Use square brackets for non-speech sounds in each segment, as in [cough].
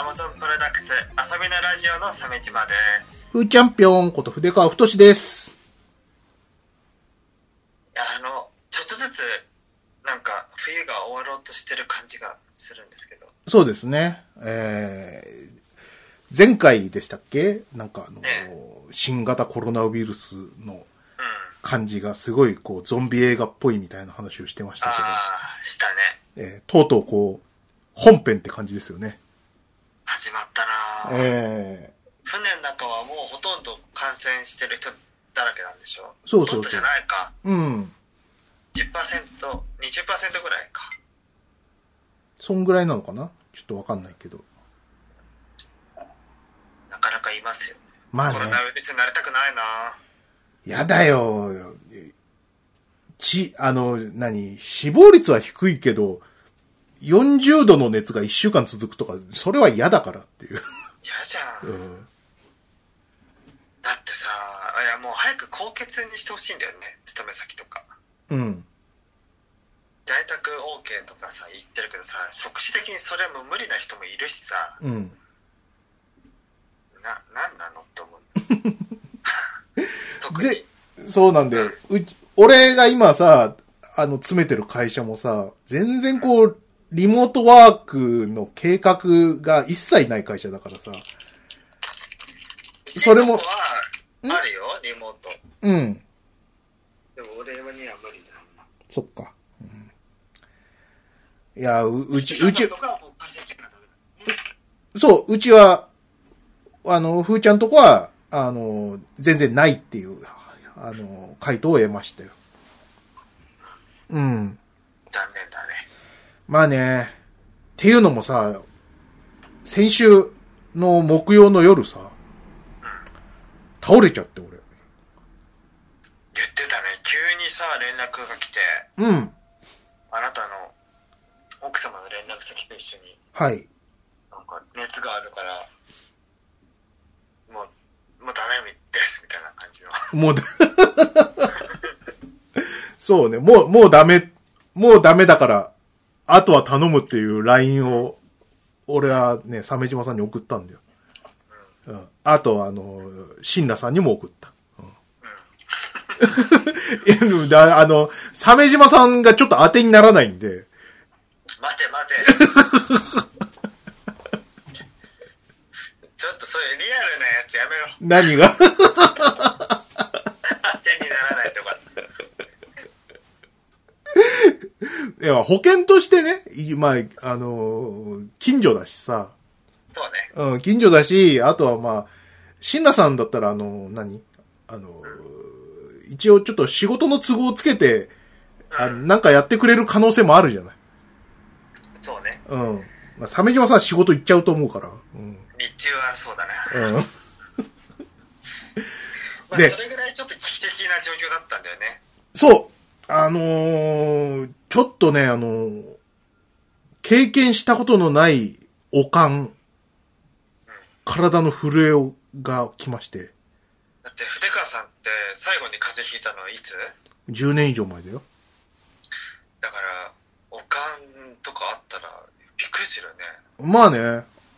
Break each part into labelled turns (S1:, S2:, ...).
S1: 月、遊びのラジオの鮫島です。
S2: ふーチャンピオンこと筆川太志です。
S1: いや、あの、ちょっとずつ、なんか、冬が終わろうとしてる感じがするんですけど。
S2: そうですね。えー、前回でしたっけなんかあの、新型コロナウイルスの
S1: うん。
S2: 感じがすごいこうゾンビ映画っぽいみたいな話をしてました
S1: ああ、したね。
S2: けど、えーとうとうこう、本編って感じですよね。
S1: 始まったな、ぁ
S2: え
S1: 船の中はもうほとんど感染してる人だらけなんでしょ
S2: そ
S1: ほ
S2: うそうそう
S1: とんどじゃないか。
S2: ー、うん。
S1: 10%、20%ぐらいか。
S2: そんぐらいなのかなちょっとわかんないけど。
S1: なかなかいますよ。
S2: まあね
S1: コロ。ナウイルスになりたくないなぁ
S2: やだよ。ち、あの、何、死亡率は低いけど、40度の熱が1週間続くとか、それは嫌だからっていう。
S1: 嫌じゃん。だってさ、いやもう早く高血にしてほしいんだよね。勤め先とか。
S2: うん。
S1: 在宅 OK とかさ言ってるけどさ即死的にそれはもう無理な人もいるしさ
S2: うん。
S1: ななんなのって思う
S2: [laughs]
S1: 特に
S2: ぜ、そうなんだよ。うち、俺が今さ、あの、詰めてる会社もさ、全然こう、リモートワークの計画が一切ない会社だからさ。それも
S1: うちのとこはあるよリモート
S2: うん。
S1: でも俺には無理だ
S2: そっか。うん、いや、ううち、うち
S1: と、かはもう会社行けばダメ
S2: そう、うちは、あの、ふーちゃんとこは、あの、全然ないっていう、あの、回答を得ましたよ。うん。
S1: だ残念だね
S2: まあね、っていうのもさ、先週の木曜の夜さ、倒れちゃって
S1: 言ってたね急にさ連絡が来て
S2: 俺。うん。
S1: あなたの奥様の連絡先と一緒に
S2: はい。
S1: なんか熱があるからもうもうダメですみたいな感じの [laughs]
S2: もうだ、そうね、もう、もうダメ、もうダメだから、あとは頼むっていう LINE を、俺はね、鮫島さんに送ったんだよ。うん。あと、あの、新羅さんにも送った。いや、でもだ [laughs] あの、鮫島さんがちょっと当てにならないんで、
S1: 待て [laughs] 待てちょっとそういうリアルなやつやめろ
S2: 何が [laughs]
S1: 手にならないとか
S2: いや、保険としてね、いまあ、あの、近所だしさ、
S1: そうね
S2: うん、近所だし、あとはまあ、シンラさんだったら、あの、何あの、一応ちょっと仕事の都合をつけて、あなんかやってくれる可能性もあるじゃない。
S1: そうね
S2: うん。まあ、鮫島さんは仕事行っちゃうと思うから。うん。
S1: 日中はそうだな、
S2: うん。
S1: まあ、
S2: で
S1: それぐらいちょっと危機的な状況だったんだよね
S2: そう。あのーちょっとね、あのー経験したことのないおかん、体の震えをが来まして、
S1: だって筆川さんって最後に風邪ひいたのはいつ
S2: 10年以上前だよ。
S1: だからおかんとかあったらびっくりするよね
S2: まあね、あ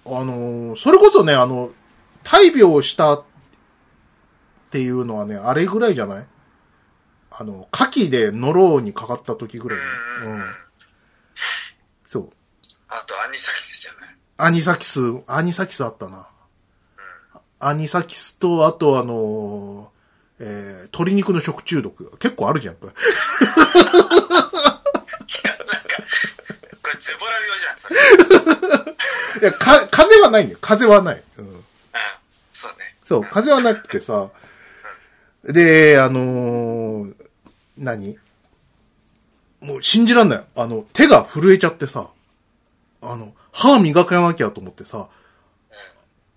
S2: のーそれこそね、あの、大病をしたっていうのはね、あれぐらいじゃないあの、牡蠣でノロにかかった時ぐらい。
S1: うんうんうん
S2: そう。
S1: あとアニサキスじゃない
S2: アニサキス、アニサキスあったな。アニサキスと、あとあのーえー鶏肉の食中毒。結構あるじゃんか。
S1: いやなんかこれズボラ病じゃんそれ
S2: いや、か、風邪はないんだよ。風邪はない。うん
S1: うんそうね
S2: そう、風はなくてさ、で、あのー何もう信じらんない。あの、手が震えちゃってさ、あの、歯磨かなきゃと思ってさ、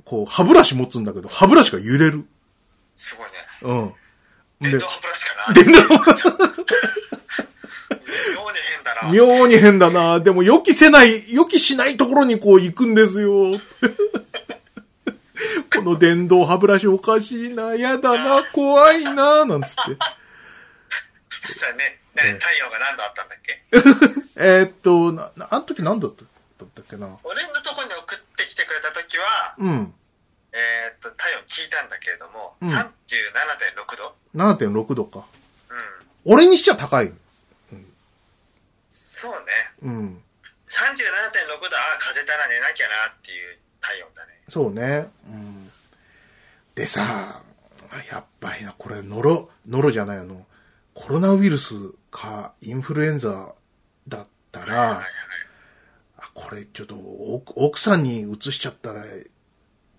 S2: こう、歯ブラシ持つんだけど、歯ブラシが揺れる。
S1: すごいね
S2: うん。で
S1: 電動、歯ブラシかな電動妙に変だな。
S2: 妙に変だなでも予期せない、予期しないところにこう行くんですよ。この電動歯ブラシおかしいな、やだな、怖いな、なんつって。
S1: そしたらね、ね太陽が何度あったんだっけ
S2: えーっと、な、なあの時何だっただったっけな。
S1: 俺のとこに送ってきてくれた時は、は、
S2: うん。
S1: えーっと、体温聞いたんだけれども、
S2: うん
S1: 37.6度。
S2: 7.6度か。
S1: うん。
S2: 俺にしちゃ高い。
S1: そうね。
S2: うん。
S1: 37.6度、ああ、風邪だな、寝なきゃなっていう体温だね。
S2: そうね。うん。でさ、やっぱりな、これ、ノロ、ノロじゃない、あの、コロナウイルスか、インフルエンザだった
S1: はいはい
S2: ら
S1: はい、。
S2: あこれちょっと奥奥さんに移しちゃったら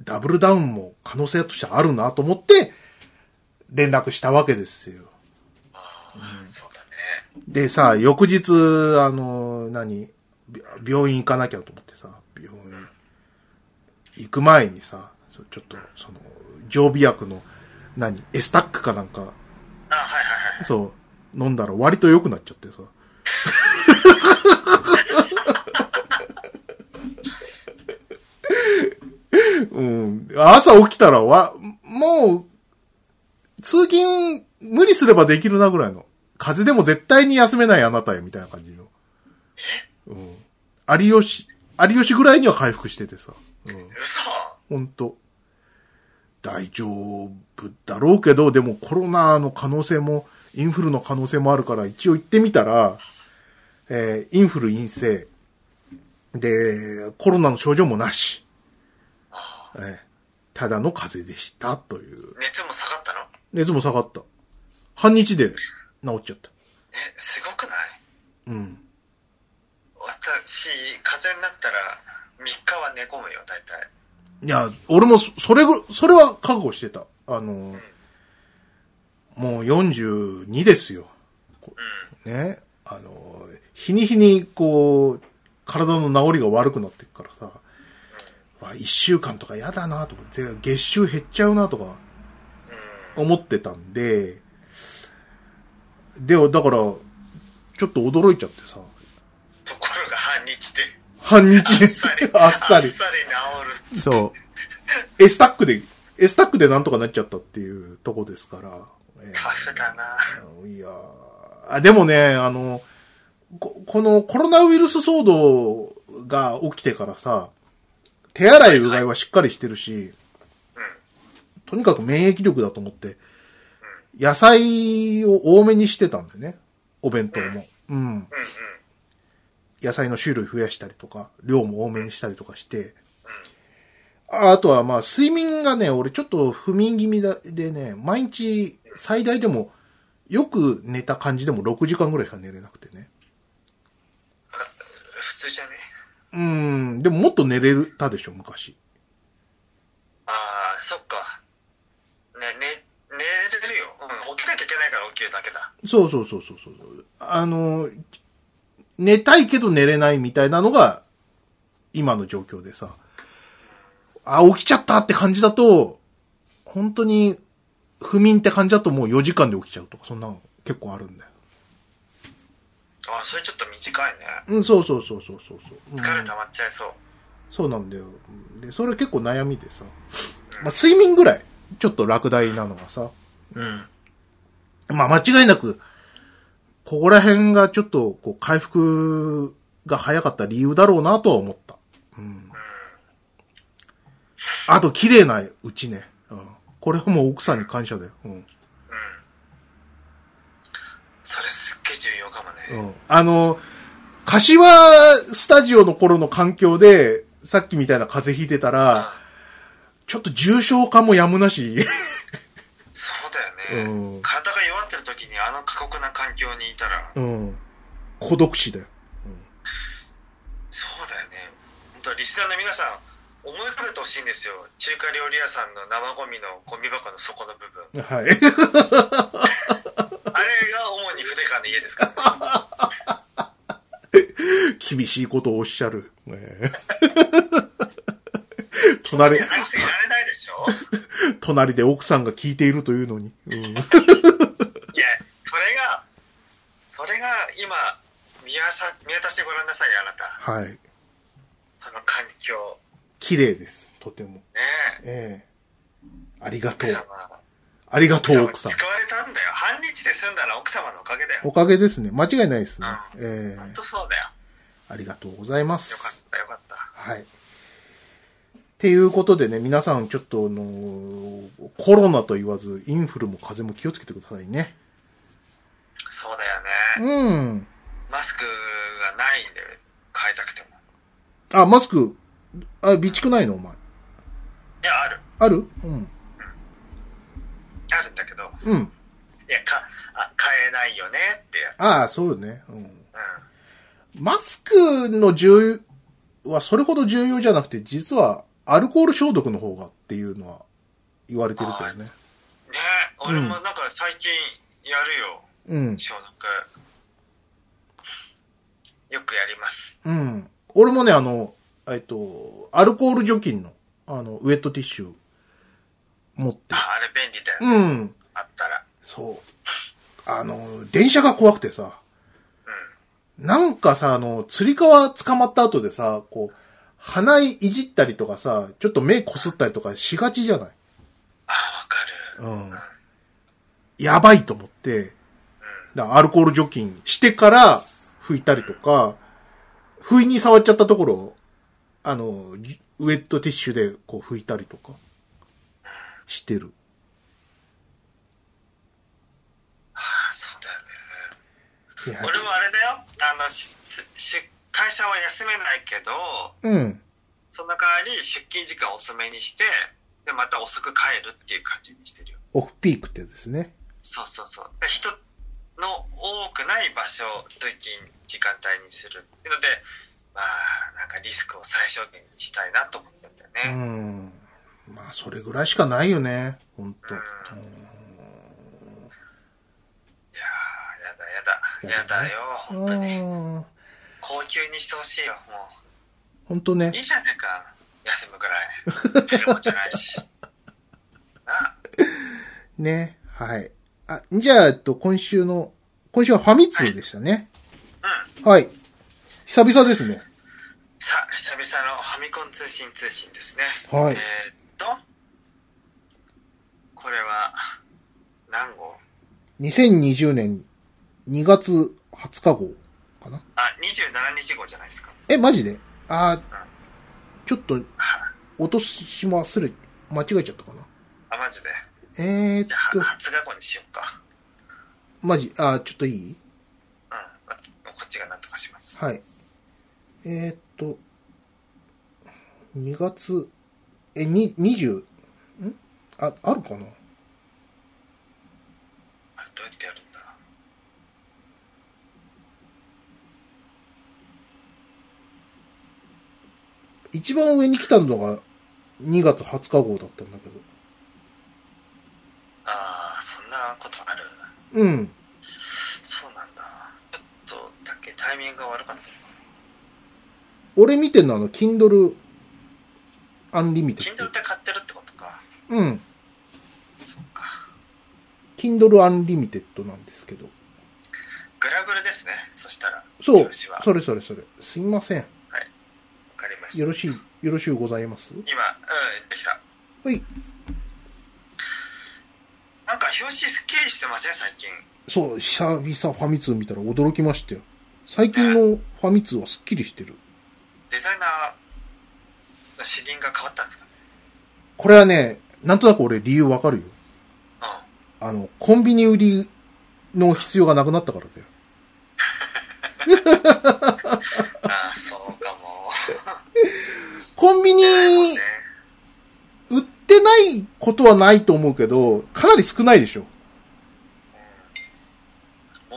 S2: ダブルダウンも可能性としてあるなと思って連絡したわけですよ。
S1: ああ、そうだね。
S2: でさ、翌日、あの、何、び病院行かなきゃと思ってさ、病院行く前にさ、そうちょっと、その、常備薬の、何、エスタックかなんか、
S1: あはいはいはい。
S2: [laughs] そう、飲んだら割と良くなっちゃってさ。 [laughs] うん、朝起きたらわ、もう、通勤無理すればできるなぐらいの。風邪でも絶対に休めないあなたへ、みたいな感じの。うん。有吉、有吉ぐらいには回復しててさ。うん。
S1: 嘘
S2: 本当大丈夫だろうけど、でもコロナの可能性も、インフルの可能性もあるから、一応行ってみたら、えーインフル陰性。で、コロナの症状もなし。えーただの風邪でした、という。
S1: 熱も下がったの
S2: 熱も下がった。半日で治っちゃっ
S1: え、
S2: た。
S1: すごくない
S2: うん。
S1: 私、風邪になったら3日は寝込むよ、大体。
S2: いや、俺もそ、それぐ、それは覚悟してた。あの、もう42ですよ。
S1: うん。
S2: ね、あの、日に日に、こう、体の治りが悪くなっていくからさ、わ一週間とか嫌だなとか、で月収減っちゃうなとか
S1: うん。
S2: 思ってたんで、で、だから、ちょっと驚いちゃってさ、
S1: ところが半日で、
S2: 半日、
S1: あっさり
S2: [laughs] あっさ
S1: 治
S2: り。
S1: る。
S2: [laughs] そう。エスタックで、エスタックでなんとかなっちゃったっていうとこですから。えー
S1: タフだな。
S2: いやーあでもね、あの、ここのコロナウイルス騒動が起きてからさ、手洗いうがいはしっかりしてるし、
S1: うん。
S2: とにかく免疫力だと思って、野菜を多めにしてたんだよね。お弁当も。うん。
S1: うんうん。
S2: 野菜の種類増やしたりとか、量も多めにしたりとかして、ああとはまあ、睡眠がね、俺ちょっと不眠気味だでね、毎日最大でも、よく寝た感じでも6時間ぐらいしか寝れなくてね。
S1: 普通じゃね
S2: うん、でももっと寝れたでしょ、昔。
S1: ああ、そっか。ね、ね、寝れるよ。うん。起きなきゃいけないから起きるだけだ。
S2: そうそうそうそうそう。あの、寝たいけど寝れないみたいなのが、今の状況でさ。あ、起きちゃったって感じだと、本当に、不眠って感じだともう4時間で起きちゃうとか、そんなの結構あるんだよ。
S1: ああ、それちょっと短いね。
S2: うん、そうそうそうそうそうそう。うん
S1: 疲れ溜まっちゃいそう。
S2: そうなんだよ。で、それ結構悩みでさ。まあ、睡眠ぐらい、ちょっと落第なのがさ。
S1: うん。
S2: まあ、間違いなく、ここら辺がちょっと、こう、回復が早かった理由だろうなとは思った。うん。あと、綺麗なうちね。うん。これはもう奥さんに感謝だよ。うん。
S1: うん。それすっげえ重要かも
S2: う
S1: ね。
S2: ん。あの、柏スタジオの頃の環境で、さっきみたいな風邪ひいてたら、ちょっと重症化もやむなし。
S1: そうだよね。
S2: うん。
S1: 体が弱ってる時にあの過酷な環境にいたら、
S2: うん。孤独死だよ。
S1: そうだよね。本当リスナーの皆さん、思い浮かべてほしいんですよ。中華料理屋さんの生ゴミのゴミ箱の底の部分。
S2: は
S1: あ
S2: い。
S1: れが主に筆川の家ですから、ね。
S2: 厳しいことをおっしゃる。ねえ [laughs]
S1: い
S2: [laughs] 隣
S1: や、、長くいられないでしょ
S2: 隣で奥さんが聞いているというのに。うん、
S1: いや、それが、それが今、見渡さ見渡してごらんなさいよ、あなた。
S2: はい。
S1: その環境。
S2: 綺麗です。とても。
S1: ねえ。
S2: ええありが
S1: 奥
S2: とう。
S1: 様。
S2: ありがとう、
S1: 奥
S2: 奥さ
S1: 様
S2: ん
S1: に。救われたんだよ。半日で済んだら奥様のおかげだよ。
S2: おかげですね。間違いないですね。ええ
S1: 本当そうだよ。
S2: ありがとうございま
S1: よかっ
S2: す。
S1: た、よかった。
S2: はい。ていうことでね、皆さんちょっと、あのーコロナと言わず、インフルも風邪も気をつけてくださいね。
S1: そうだよね。
S2: うん。
S1: マスクがないんで、買いたくても。
S2: あ、マスク、あ、備蓄ないのお前。
S1: いや、ある。
S2: あるうん。
S1: あるんだけど、
S2: うん。
S1: いや、か、あ、買えないよねって。
S2: ああ、そうよね。うん。
S1: う
S2: マスクの重要はそれほど重要じゃなくて、実はアルコール消毒の方がっていうのは言われてるけどね。
S1: ん。ね俺もなんか最近やるよ、
S2: うん。
S1: 消毒。よくやります。
S2: うん。俺もね、あの、えっと、アルコール除菌の、あの、ウェットティッシュ持って。
S1: あ、あれ便利だよね。
S2: うん。
S1: あったら。
S2: そう。あの、電車が怖くてさ、
S1: うん。
S2: なんかさ、あの、釣り革捕まった後でさ、こう、鼻いじったりとかさ、ちょっと目こすったりとかしがちじゃない
S1: あ、わかる。
S2: うん。やばいと思って、だからアルコール除菌してから拭いたりとか、不意に触っちゃったところを、あの、じウェットティッシュでこう拭いたりとか、してる。
S1: あ、そうだよね。
S2: いや
S1: 俺もあれだよ。あの、しし会社は休めないけど、
S2: うん。
S1: その代わり出勤時間遅めにして、で、また遅く帰るっていう感じにしてるよ。
S2: オフピークってですね。
S1: そうそうそう。で人の多くない場所、通勤時間帯にするっていうので、まあ、なんかリスクを最小限にしたいなと思ったんだよ
S2: う
S1: ね。
S2: ん。まあ、それぐらいしかないよね。ほんと。
S1: いやー、やだやだ。やだよ、本当に。
S2: うん。
S1: 高級にしてほしいよ、も
S2: ほんとね
S1: う。いい。じゃねえか、休むぐらい。ヘルもじゃないし。なあ
S2: ね。はい。あ、じゃあ、えっと、今週の、今週はファミ通でしたね。はい。久々ですね。
S1: さあ、久々のファミコン通信通信ですね。
S2: はい
S1: えー、っと、これは、何号
S2: 2020年2月20日号かな。
S1: あ、27日号じゃないですか。
S2: え、マジであーちょっと
S1: は
S2: 落とし忘れ、間違えちゃったかな。
S1: あ、マジで。
S2: えー、っ
S1: じゃあ、
S2: と
S1: は、初学校にしようか。
S2: マジ、あーちょっといい
S1: うんあ。こっちが何とかします。
S2: はい。えー、っと、2月、え、に、20、んあ、あるか
S1: あ
S2: な
S1: れ、どうやってやるんだ
S2: 一番上に来たのが2月20日号だったんだけど。
S1: ああ、そんなことある
S2: うん。
S1: そうなんだ。ちょっとだけタイミングが悪かったのかな。
S2: 俺見てんのはあの、Kindle Unlimited
S1: Kindle。で買ってるってことか。
S2: うん。
S1: そっか。
S2: Kindle Unlimited なんですけど。
S1: グラブルですね。そしたら。
S2: そう
S1: 表。紙は。
S2: それそれそれ。すいません。
S1: わかりました
S2: よろ。しい、よろしゅうございます
S1: 今、うん、できた。
S2: はい。
S1: なんか表紙スッキリしてません、最近。
S2: そう、久々ファミ通見たら驚きましたよ。最近のファミ通はスッキリしてる。
S1: デザイナーの詩輪が変わったんですかね。
S2: これはね、なんとなく俺理由わかるよ。
S1: うん。
S2: あの、コンビニ売りの必要がなくなったからだよ。
S1: ああ、そうかも。
S2: コンビニ
S1: ね
S2: 売ってないことはないと思うけど、かなり少ないでしょ。
S1: もう、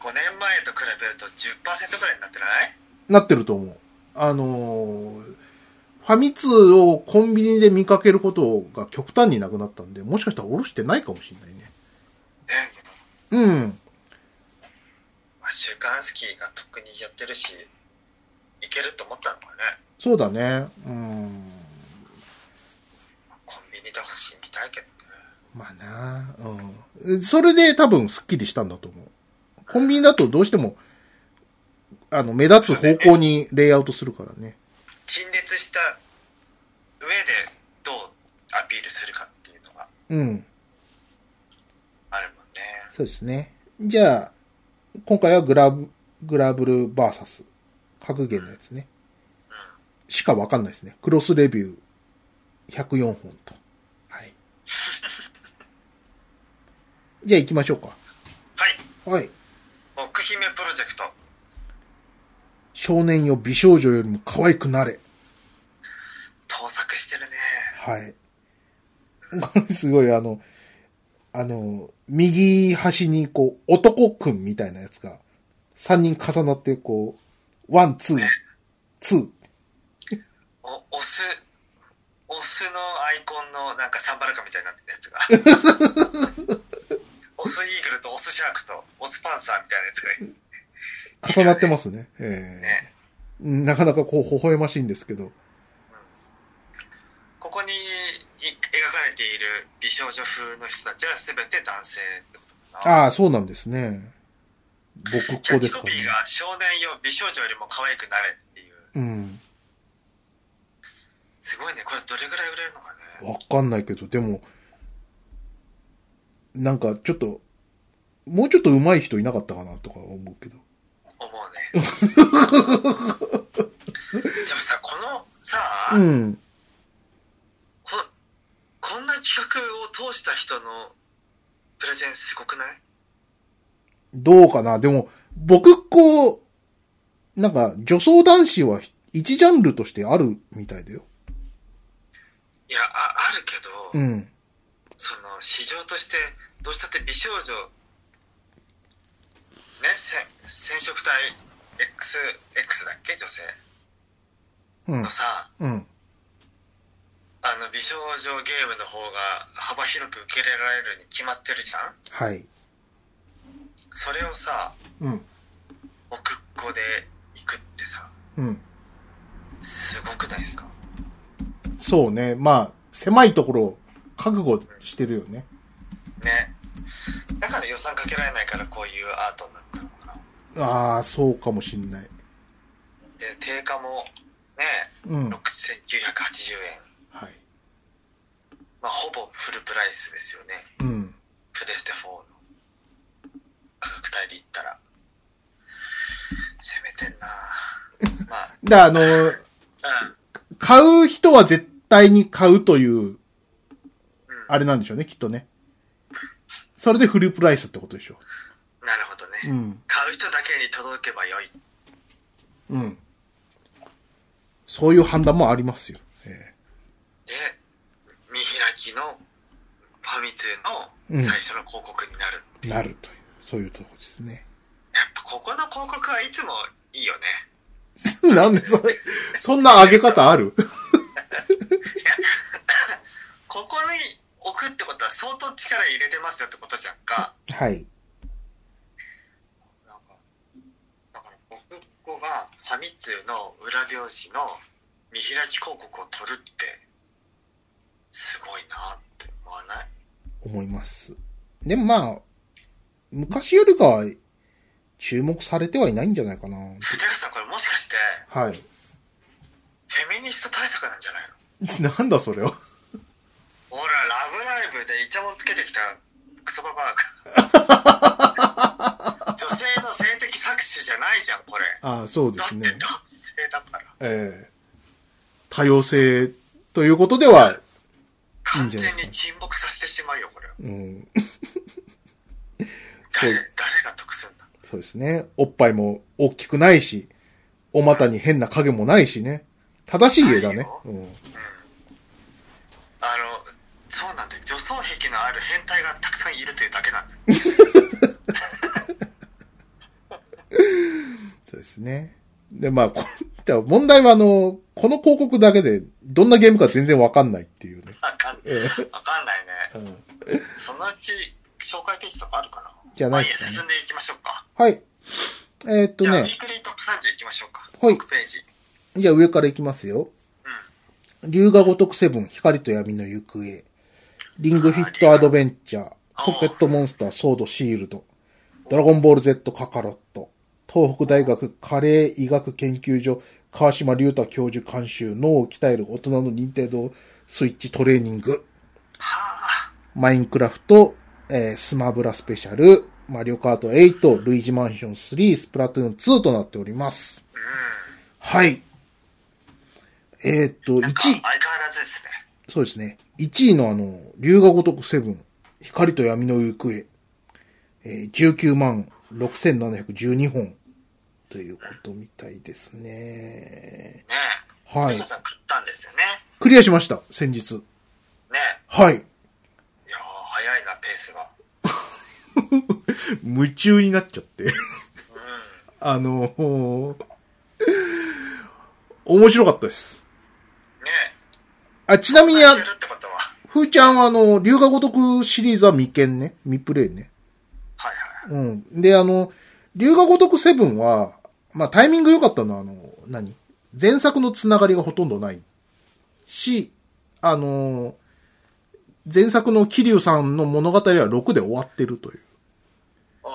S1: 5年前と比べると10%ぐらいになってない
S2: なってると思う。あのーファミ通をコンビニで見かけることが極端になくなったんで、もしかしたらおろしてないかもしれないね。
S1: ね。
S2: うん。
S1: まあ、週刊スキーが特にやってるし、いけると思ったのかね。
S2: そうだね。うん。
S1: コンビニで欲しいみたいけどね。
S2: まあなうん。それで多分スッキリしたんだと思う。コンビニだとどうしても、あの、目立つ方向にレイアウトするからね。
S1: 陳列した上でどうアピールするかっていうのが
S2: うん。
S1: あるもんね。
S2: そうですね。じゃあ、今回はグラブ、グラブルバーサス。格言のやつね。
S1: うん。
S2: しかわかんないですね。クロスレビュー104本と。はい。じゃあ行きましょうか。
S1: はい。
S2: はい。
S1: 奥姫プロジェクト。
S2: 少年よ美少女よりも可愛くなれ。
S1: 盗作してるね。
S2: はい。これすごいあ [laughs] の、あの、右端にこう、男くんみたいなやつが、3人重なってこう、ワン、ツー、ツー。
S1: お、オス、オスのアイコンのなんかサンバルカみたいになってるやつが。
S2: [laughs]
S1: オスイーグルとオスシャークとオスパンサーみたいなやつがいる
S2: 重なってますね。え
S1: ね。
S2: えなかなかこう、微笑ましいんですけど。
S1: ここにい描かれている美少女風の人たちは全て男性ってことかな。
S2: ああ、そうなんですね。僕っ
S1: キャ
S2: 子
S1: ッ
S2: で
S1: チ
S2: す
S1: コ
S2: か
S1: ピ
S2: ね。
S1: ーが少年よ美少女よりも可愛くなれっていう。
S2: うん。
S1: すごいね。これどれぐらい売れるのかね。
S2: わかんないけど、でも、なんかちょっと、もうちょっと上手い人いなかったかなとか思うけど。
S1: 思うね。
S2: [laughs]
S1: でもさ、このさ、
S2: うん。
S1: ここんな企画を通した人のプレゼンすごくない
S2: どうかなでも、僕、こう、なんか、女装男子は一ジャンルとしてあるみたいだよ。
S1: いやああるけ
S2: う
S1: ど、
S2: ん。
S1: その市場としてどうしたって美少女ねせ染色体 XX だっけ女性
S2: うん
S1: の。さ、
S2: うん。
S1: あの美少女ゲームの方が幅広く受け入れられるに決まってるじゃん
S2: はい。
S1: それをさ
S2: うん。
S1: 奥っ子で行くってさ
S2: うん。
S1: すごくないですか
S2: そうね。まあ、狭いところを覚悟してるよね。
S1: ねだから予算かけられないからこういうアートになったのかな
S2: ああ、そうかもしんない。
S1: で定価もね
S2: うん。は
S1: 6980円、
S2: い。
S1: まあ、ほぼフルプライスですよね
S2: うん。
S1: プレステ4の価格帯で言ったら攻めてんな
S2: [laughs]
S1: ま
S2: で、あの、
S1: あうん
S2: 買う人は絶対に買うという、あれなんでしょうね、きっとね。それでフルプライスってことでしょ
S1: なるほどね、
S2: う。うん。
S1: 買う人だけに届けばよい
S2: うん。そういう判断もありますよ。え
S1: で見開きのファミ通
S2: うん
S1: の最初の広告になるっ
S2: え
S1: ていう、
S2: な
S1: やっ
S2: るという、そういうとこですね。 [laughs]
S1: ぱここの広告はいつもいいよね
S2: なんでそれ、そんな上げ方ある
S1: ここに置くってことは相当力入れてますよってことじゃんか
S2: [laughs] はい。
S1: なんか、だから僕っ子がファミ通の裏表紙の見開き広告を取るって、すごいなって思わない
S2: 思います。でもまあ、昔よりかは、注目されてはいないんじゃないかな。
S1: てかさん、これもしかして、
S2: はい。 [laughs]
S1: フェミニスト対策なんじゃないの
S2: なんだそれは。
S1: ほら、ラブライブでイチャモンつけてきたクソババ
S2: [laughs]
S1: アが。女性の性的搾取じゃないじゃん、これ。
S2: [laughs] ああ、そうで
S1: だって
S2: すね。
S1: 男性だから。
S2: ええ多様性ということでは、いいん
S1: 完
S2: じゃない
S1: 全
S2: ですか
S1: に沈黙させてしまうよ、これは。
S2: うん、そう
S1: 誰、誰が得すんだ
S2: そうですね。おっぱいも大きくないし、お股に変な影もないしね。正しい絵だね。うん、
S1: あの、そうなんだよ。女装癖のある変態がたくさんいるというだけなんだ
S2: [laughs]
S1: よ。
S2: そうですね。で、まあ、こ [laughs] でも問題はあの、この広告だけで、どんなゲームか全然わかんないっていうね。
S1: わかんない。わかんないね。
S2: うん
S1: そのうち、紹介ページとかあるかな
S2: じゃないですかね
S1: まあいいや進んでいきましょうか。
S2: はい。えーっと
S1: じゃあ、ウ
S2: ね
S1: ィ、ークリートップ30いきましょうか。
S2: はい
S1: 6ページ。
S2: じゃあ上からいきますよ。龍が如くセブン、光と闇の行方。リングフィットアドベンチャー、ポケットモンスター、ソード、シールド。ドラゴンボール Z、カカロット。東北大学カレー医学研究所、川島隆太教授監修、脳を鍛える大人の任天堂スイッチトレーニング。
S1: はあ、
S2: マインクラフト、えースマブラスペシャル、マリオカート8、ルイージマンション3、スプラトゥーン2となっております。はい。えーっと、1
S1: なんか相変
S2: 位、
S1: わらずですね。
S2: そうですね。1位のあの、龍が如くセブン、光と闇の行方、えー、19万6712本ということみたいですね。
S1: ねえ。
S2: はい
S1: ト。さん買ったんですよね。
S2: クリアしました、先日。
S1: ね
S2: はい。
S1: え。いやー早いな、ペースが。
S2: 夢中になっちゃって。
S1: うん。
S2: [laughs] あの面白かったです。
S1: ね
S2: あ、ちなみ
S1: え。
S2: にあ
S1: や、るってことは。
S2: ふーちゃんはあの、龍が如くシリーズは未見ね。未プレイね。
S1: はいはい。
S2: うん。で、あの、龍が如くセブンは、まあタイミング良かったのは、あの、何前作のつながりがほとんどない。し、あの、前作の桐生さんの物語は6で終わってるという。
S1: ああ、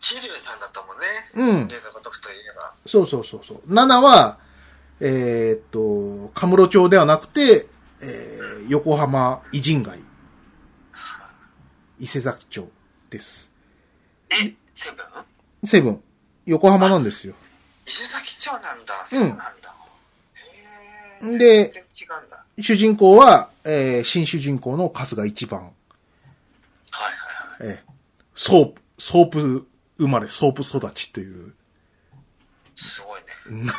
S1: 桐生さんだったもんね。
S2: うん。
S1: 龍が如くといえば。
S2: そうそうそうそう。7は、えーっと、カムロ町ではなくて、えー横浜偉人街、伊勢崎町です。
S1: え、セブン
S2: セブン、横浜なんですよ。
S1: 伊勢崎町なんだ。そうなんだ。へえ。
S2: で
S1: 全然違うんだ。
S2: 主人公は、えー新主人公の春日一番。
S1: はいはいはい。
S2: えーソープ、ソープ生まれ、ソープ育ちという。
S1: すごいね。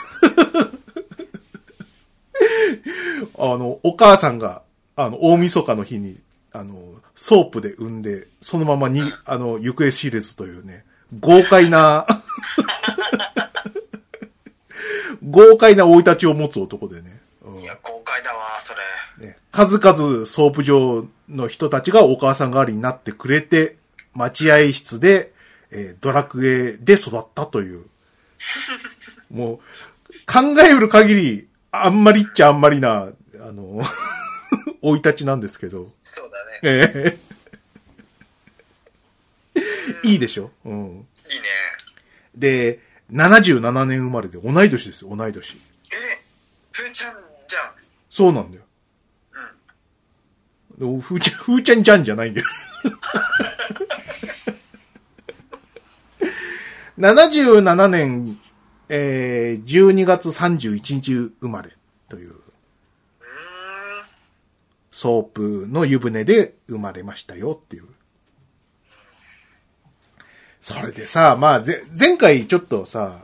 S2: あの、お母さんが、あの、大晦日の日に、あの、ソープで産んで、そのままに、あの、行方知れずというね、豪快な、豪快な生い立ちを持つ男でね。うん
S1: いや、豪快だわ、それ。
S2: ね数々ソープ場の人たちがお母さん代わりになってくれて、待合室で、えードラクエで育ったという。もう、考えうる限り、あんまりっちゃあんまりな、あの、 [laughs] 生い立ちなんですけど。
S1: そうだね。
S2: えーいいでしょうん。
S1: いいね。
S2: で、77年生まれで同い年ですよ、同い年。
S1: え、ふーちゃんじゃん。
S2: そうなんだよ。でもふーちゃん、 [laughs] ふーちゃんじゃんじゃないんだよ。77年、えー、12月31日生まれという、
S1: うーん。
S2: ソープの湯船で生まれましたよっていう。それでさ、まあ、ぜ、前回ちょっとさ、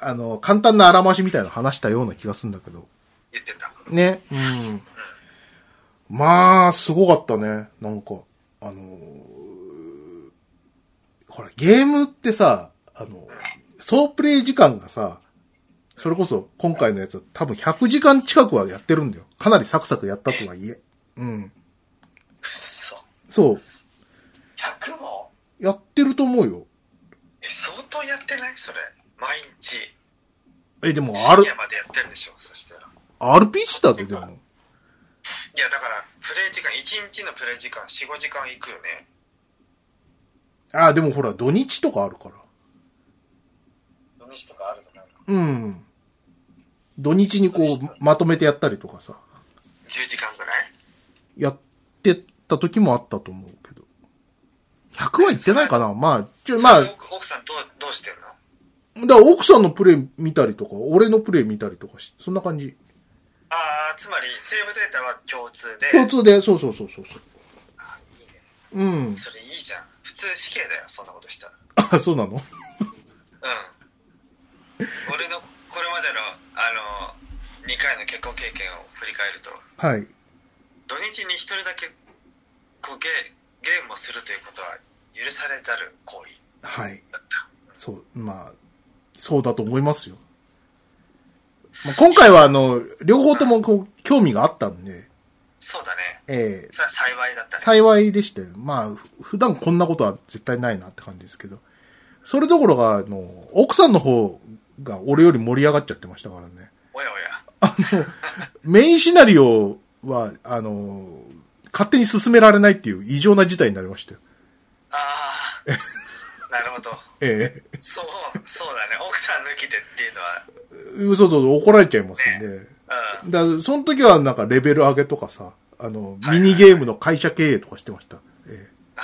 S2: あの、簡単なあらましみたいなの話したような気がするんだけど、
S1: 言ってた。
S2: ね。うん。まあ、すごかったね。なんか、あのーほら、ゲームってさ、あの、総プレイ時間がさ、それこそ今回のやつ多分100時間近くはやってるんだよ。かなりサクサクやったとはいえ。うん。
S1: くっそ。
S2: そう。
S1: 100も
S2: やってると思うよ。
S1: え、相当やってないそれ。毎日。
S2: え、でも、
S1: 深
S2: R、
S1: 夜までやってるでしょ、そしたら。い
S2: RPG だぜ、でも。
S1: や、だから、プレイ時間、1日のプレイ時間、4、5時間いくよね。
S2: あ、でもほら、土日とかあるから。
S1: 土日とかあるのかな。
S2: うん。土日にこう、まとめてやったりとかさ。
S1: 10時間ぐらい
S2: やってた時もあったと思うけど。100はいってないかなまあ、ちょ、まあ、
S1: それ奥奥さんどう、どうしてんの
S2: だから奥さんのプレイ見たりとか、俺のプレイ見たりとかし、そんな感じ。
S1: ああ、つまり、セーブデータは共通で。
S2: 共通で、そうそうそうそうそ
S1: いいね。
S2: う。うん。
S1: それいいじゃん。普通死刑だよ、そんなことしたら。
S2: あ、そうなの
S1: うん。俺の、これまでの、あの、2回の結婚経験を振り返ると、
S2: はい。
S1: 土日に一人だけこうゲーゲームをするということは許されざる行為
S2: はい。
S1: だった
S2: そう、まあ、そうだと思いますよ。まあ、今回は、あの、両方ともこう、興味があったんで、
S1: そうだね
S2: ええ
S1: それは幸いだったね
S2: 幸いでしたよ。まあ、ふ普段こんなことは絶対ないなって感じですけど。それどころか、あの、奥さんの方が俺より盛り上がっちゃってましたからね。
S1: おやおや
S2: メインシナリオは、あの、勝手に進められないっていう異常な事態になりましたよ。
S1: あ
S2: [laughs]
S1: あなるほど
S2: え
S1: そうそうだね奥さん抜きでっていうの
S2: えそうそう、怒られちゃいますんで。
S1: はうん
S2: だからその時はなんかレベル上げとかさ、あの、
S1: はい
S2: ミニゲームの会社経営とかしてました。ええ
S1: あ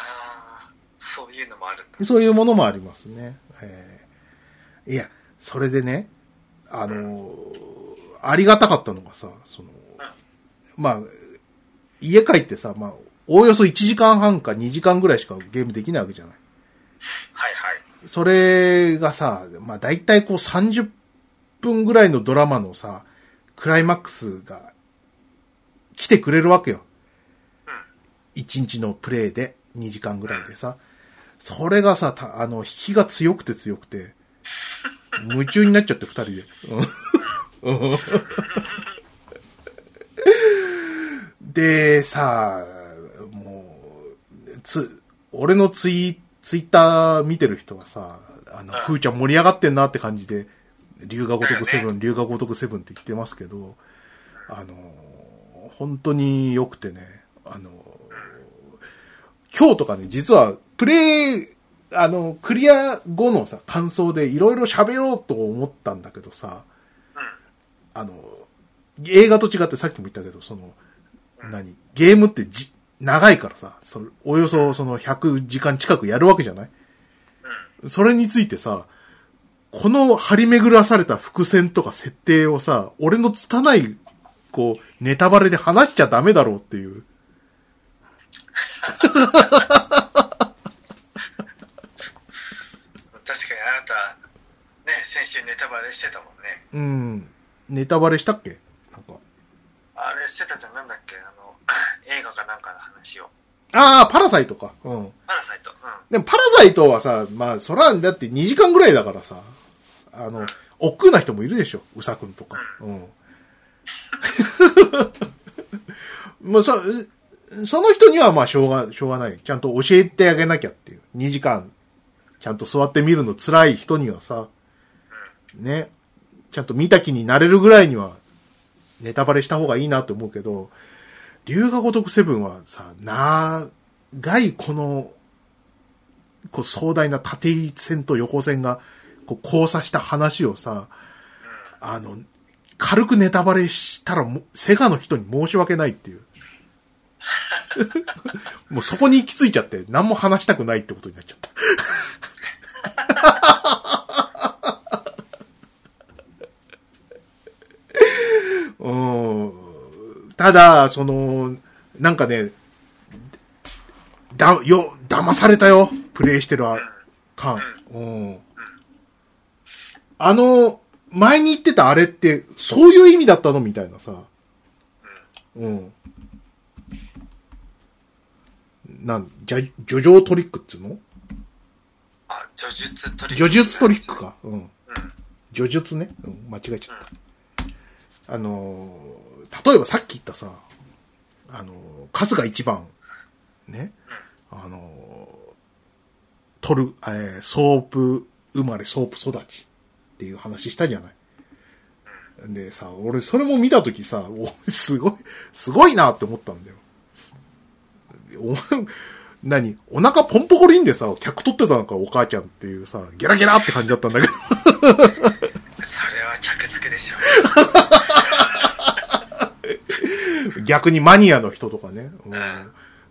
S1: あそういうのもあるんだ
S2: そういうものもありますね。えーいや、それでね、あのーありがたかったのがさ、その、まあ、家帰ってさ、まあ、おおよそ1時間半か2時間ぐらいしかゲームできないわけじゃない。
S1: はいはい。
S2: それがさ、まあ大体こう30分ぐらいのドラマのさ、クライマックスが来てくれるわけよ。1日のプレイで2時間ぐらいでさ。それがさ、たあの、引きが強くて強くて、夢中になっちゃって2人で。うんうんで、さ、もう、つ、俺のツイ、ツイッター見てる人はさ、あの、
S1: うん
S2: ふーちゃん盛り上がってんなって感じで、龍が如くセ
S1: だ
S2: ブン、龍が如くセブンって言ってますけど、あの、本当に良くてね、あの、今日とかね、実は、プレイ、あの、クリア後のさ、感想でいろいろ喋ろうと思ったんだけどさ、
S1: うん。
S2: あの、映画と違ってさっきも言ったけど、その、何ゲームってじ、長いからさ、それおよそその100時間近くやるわけじゃないそれについてさ、この張り巡らされた伏線とか設定をさ、俺の拙い、こう、ネタバレで話しちゃダメだろうっていう。
S1: 確かにあなた、ね、先週ネタバレしてたもんね。
S2: うん。ネタバレしたっけなんか。
S1: あれしてたじゃん、なんだっけ、あの、映画かなんかの話を。
S2: ああ、パラサイトか。うん。
S1: パラサイト。うん。
S2: でもパラサイトはさ、まあ、そら、だって2時間ぐらいだからさ、あの、億劫な人もいるでしょ。うさくんとか。うん。 [laughs] まあ、そ、その人にはまあ、しょうが、しょうがない。ちゃんと教えてあげなきゃっていう。2時間、ちゃんと座って見るの辛い人にはさ、ね、ちゃんと見た気になれるぐらいには、ネタバレした方がいいなと思うけど、龍が如くセブンはさ、長いこのこう壮大な縦線と横線がこう交差した話をさ、あの、軽くネタバレしたらもうセガの人に申し訳ないっていう。 [laughs] もうそこに行き着いちゃって何も話したくないってことになっちゃった。 [laughs] うん。ただ、その、なんかね、だ、よ、騙されたよ。プレイしてるあ感。うん。あの、前に言ってたあれって、そういう意味だったのみたいなさ。うん。なん、じゃ、叙情トリックっつうの
S1: あ、叙述トリック。
S2: 叙述トリックか。うん。
S1: うん。
S2: 叙述ね。うん、間違えちゃった。あのー、例えばさっき言ったさ、あのー、春日一番、ね、あのー、取る、えーソープ生まれ、ソープ育ちっていう話したじゃない。でさ、俺それも見たときさ、 [laughs] おすごい、すごいなって思ったんだよ。お前、何お腹ポンポコリンでさ、客取ってたのかお母ちゃんっていうさ、ゲラゲラって感じだったんだけど。
S1: それは客付けでしょ。
S2: [laughs] 逆にマニアの人とかね、うん、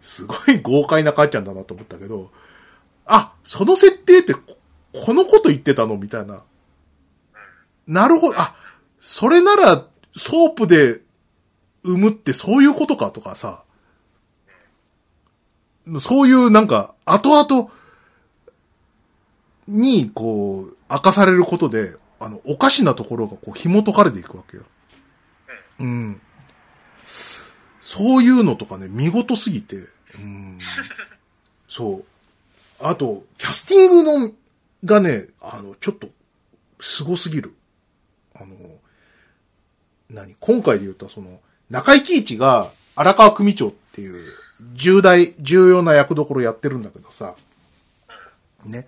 S2: すごい豪快な母ちゃんだなと思ったけど、あ、その設定ってここのこと言ってたのみたいな。なるほど、あ、それならソープで産むってそういうことかとかさ、そういうなんか後々にこう明かされることで、あの、おかしなところがこう紐解かれていくわけよ。うん。そういうのとかね、見事すぎて。うん。そう。あと、キャスティングの、がね、あの、ちょっと、すごすぎる。あの、何今回で言うと、その、中井貴一が荒川組長っていう、重大、重要な役どころやってるんだけどさ、ね。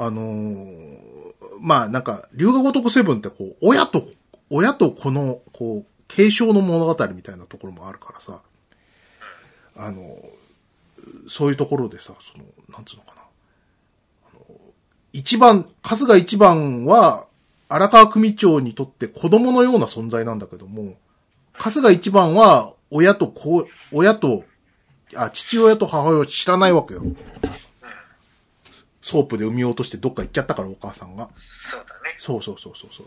S2: あのーまあなんか、龍河如くセブンってこう、親と、親とこの、こう、継承の物語みたいなところもあるからさ、あのーそういうところでさ、その、なんつうのかな。あの一番、春日一番は、荒川組長にとって子供のような存在なんだけども、春日一番は、親と子、親と、あ、父親と母親を知らないわけよ。ソープで産み落としてどっか行っちゃったから、お母さんが。
S1: そうだね。
S2: そうそうそうそうそう。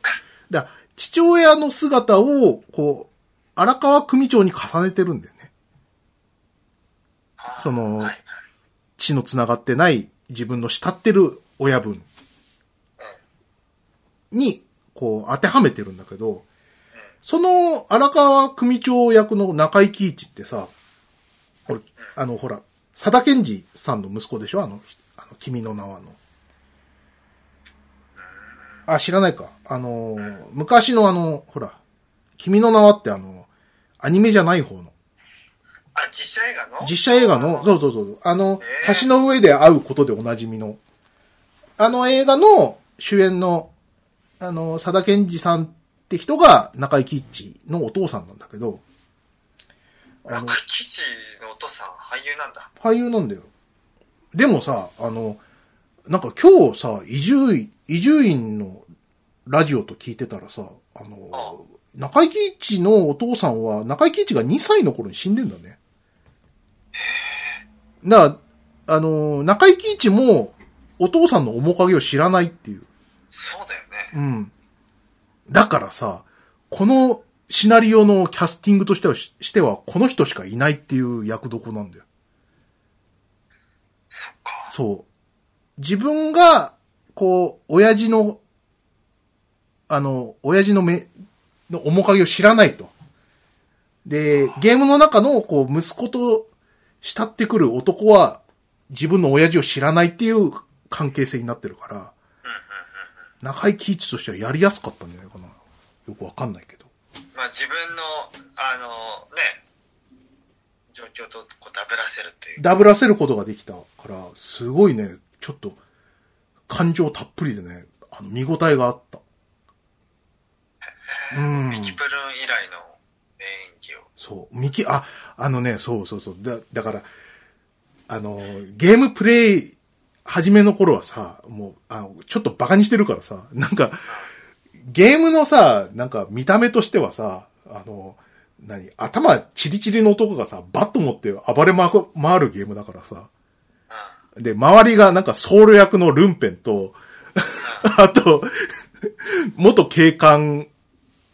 S2: だから父親の姿を、こう、荒川組長に重ねてるんだよね。
S1: あー
S2: その
S1: はいはい
S2: 血の繋がってない自分の慕ってる親分に、こう、当てはめてるんだけど、その荒川組長役の中井貴一ってさ、俺、あの、ほら、佐田健二さんの息子でしょあの、あの君の名はの。あ、知らないか。あのー、昔のあの、ほら、君の名はってあの、アニメじゃない方の。
S1: あ、実写映画の
S2: 実写映画の、
S1: そう
S2: そうそうそう、あの
S1: え、ー
S2: 橋の上で会うことでおなじみの、あの映画の主演の、あの、佐田健二さんって人が中井貴一のお父さんなんだけど、あの
S1: 中、井貴一のお父さん、俳優なんだ。
S2: 俳優なんだよ。でもさ、あの、なんか今日さ、伊集院、伊集院のラジオと聞いてたらさ、あ
S1: あ
S2: の、中井貴一のお父さんは、中井貴一が2歳の頃に死んでんだね。だから、あの、中井貴一も、お父さんの面影を知らないっていう。
S1: そうだよね。
S2: うん。だからさ、このシナリオのキャスティングとしては、ししては、この人しかいないっていう役どこなんだよ。
S1: そっか。
S2: そう。自分が、こう、親父の、あの、親父の目、の面影を知らないと。で、ゲームの中の、こう、息子と慕ってくる男は、自分の親父を知らないっていう関係性になってるから、
S1: うんうんうん
S2: 中井貴一としてはやりやすかったんじゃないかな。よくわかんないけど。
S1: うん。まあ自分の、あの、ね、状況とこうダブらせるっていう。
S2: ダブらせることができたから、すごいね、ちょっと、感情たっぷりでね、あの、見応えがあった。うん。
S1: ミキプルン以来の演技を。
S2: そう。ミキ、あ、あのね、そうそうそう。だ、だから、あの、ゲームプレイ、初めの頃はさ、もう、あの、ちょっとバカにしてるからさ、なんか、ゲームのさ、なんか見た目としてはさ、あの、何、頭チリチリの男がさ、バット持って暴れ回回るゲームだからさ、
S1: う
S2: で、周りがなんか僧侶役のルンペンと、あと、元警官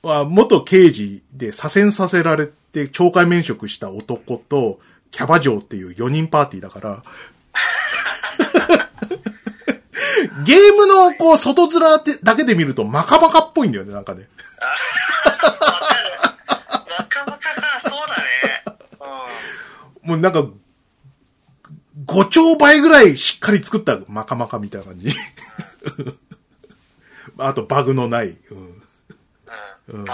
S2: は、元刑事で左遷させられて懲戒免職した男と、キャバ嬢っていう4人パーティーだから、ゲームのこう外面ってだけで見るとマカマカっぽいんだよね、なんかね。
S1: ん。なかなかか、そうだ [laughs] ね。う
S2: もうなんか、5兆倍ぐらいしっかり作ったマカマカみたいな感じ。 [laughs] あとバグのない。うん
S1: ん。うん。バグがな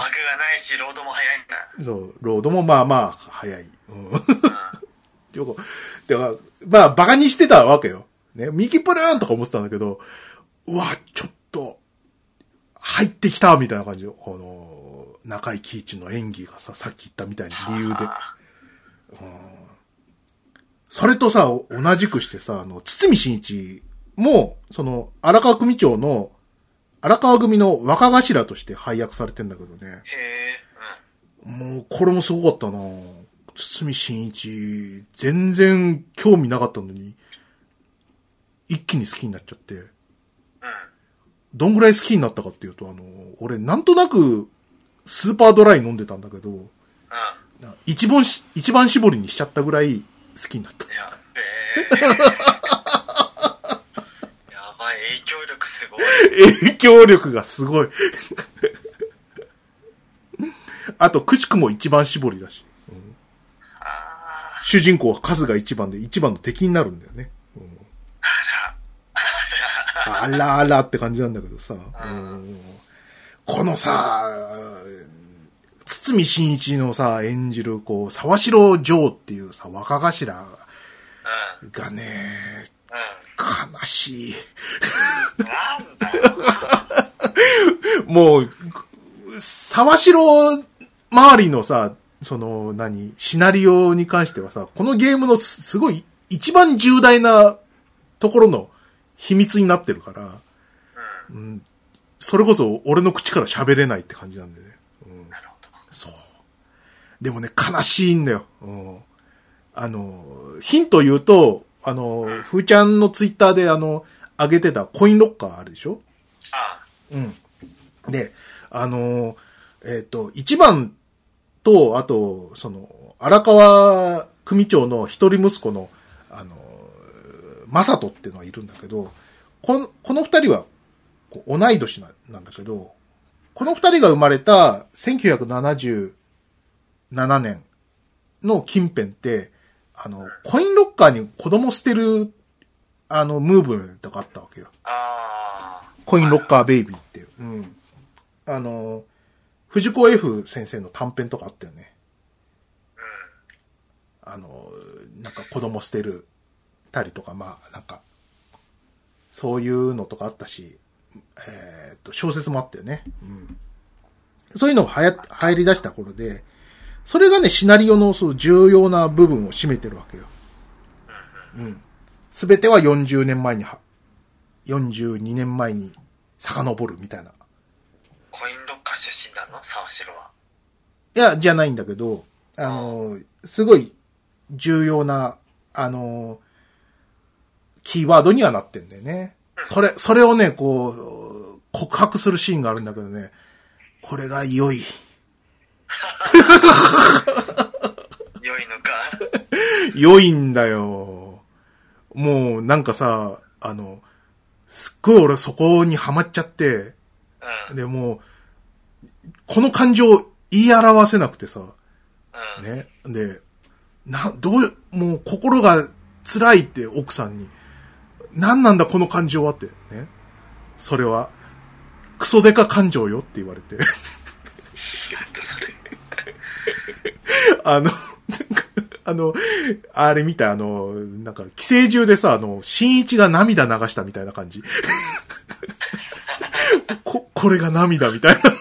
S1: いし、ロードも早いんだ。
S2: そう、ロードもまあまあ早い。うん。 [laughs] よく、だから、まあバカにしてたわけよ。ね、ミキプルーンとか思ってたんだけど、うわ、ちょっと、入ってきたみたいな感じで、あのー、中井貴一の演技がさ、さっき言ったみたいな理由で。
S1: あ
S2: それとさ、お同じくしてさ、あの、堤真一も、その、荒川組長の、荒川組の若頭として配役されてんだけどね。
S1: ーへえ。
S2: もう、これもすごかったな堤真一、全然興味なかったのに、一気に好きになっちゃって。
S1: うん。うん。
S2: どんぐらい好きになったかっていうと、あの、俺、なんとなく、スーパードライ飲んでたんだけど、
S1: うん。
S2: な一番し、一番絞りにしちゃったぐらい好きになった。
S1: やっべ [laughs] ーやばい、影響力すごい。
S2: 影響力がすごい。あと、くしくも一番絞りだし。
S1: あ
S2: 主人公は数が一番で一番の敵になるんだよね。うんあらあらって感じなんだけどさ。うんこのさ、堤真一のさ、演じる、こう、沢城城っていうさ、若頭
S1: ーうん。
S2: がね、
S1: う
S2: 悲しい。
S1: ん。なんだよ。
S2: もう、沢城周りのさ、その、何、シナリオに関してはさ、このゲームのすすごい一番重大なところの秘密になってるから、
S1: う
S2: うん、それこそ俺の口から喋れないって感じなんでね。うん
S1: ん。、なるほど。
S2: そう。でもね、悲しいんだよ。うん、あの、ヒント言うと、あの、ふーちゃんのツイッターであの、上げてたコインロッカーあるでしょ
S1: あ
S2: うん。で、あの、えっ、と、一番と、あと、その、荒川組長の一人息子の、あの、マサトっていうのがいるんだけど、この、この二人は、こう同い年ななんだけど、この二人が生まれた1977年の近辺って、あの、コインロッカーに子供捨てる、あの、ムーブメントがあったわけよ。
S1: ああ。
S2: コインロッカーベイビーっていう。うん。あの、藤子 F 先生の短編とかあったよね。あの、なんか子供捨てるたりとか、まあ、なんか、そういうのとかあったし、えーっと、小説もあったよね。うん。そういうのがはや、入り出した頃で、それがね、シナリオのその重要な部分を占めてるわけよ。うん。すべては40年前には、42年前に遡るみたいな。
S1: コインロッカー出身なの沢城は。
S2: いや、じゃないんだけど、あの、すごい重要な、あの、キーワードにはなってんだよね。それ、それをね、こう、告白するシーンがあるんだけどね、これが良い。
S1: 良いのか
S2: 良いんだよ。もう、なんかさ、あの、すっごい俺そこにハマっちゃって、
S1: うん。
S2: でもう、この感情を言い表せなくてさ、
S1: うん。
S2: ね。で、な、どう、もう心が辛いって奥さんに、何なんだこの感情はって、ね。それは、クソデカ感情よって言われて。 [laughs]
S1: なんだそれ。
S2: あの、なんか、あの、あれ見た、あの、なんか、寄生獣でさ、あの、新一が涙流したみたいな感じ。 [laughs] こ、これが涙みたいな。 [laughs]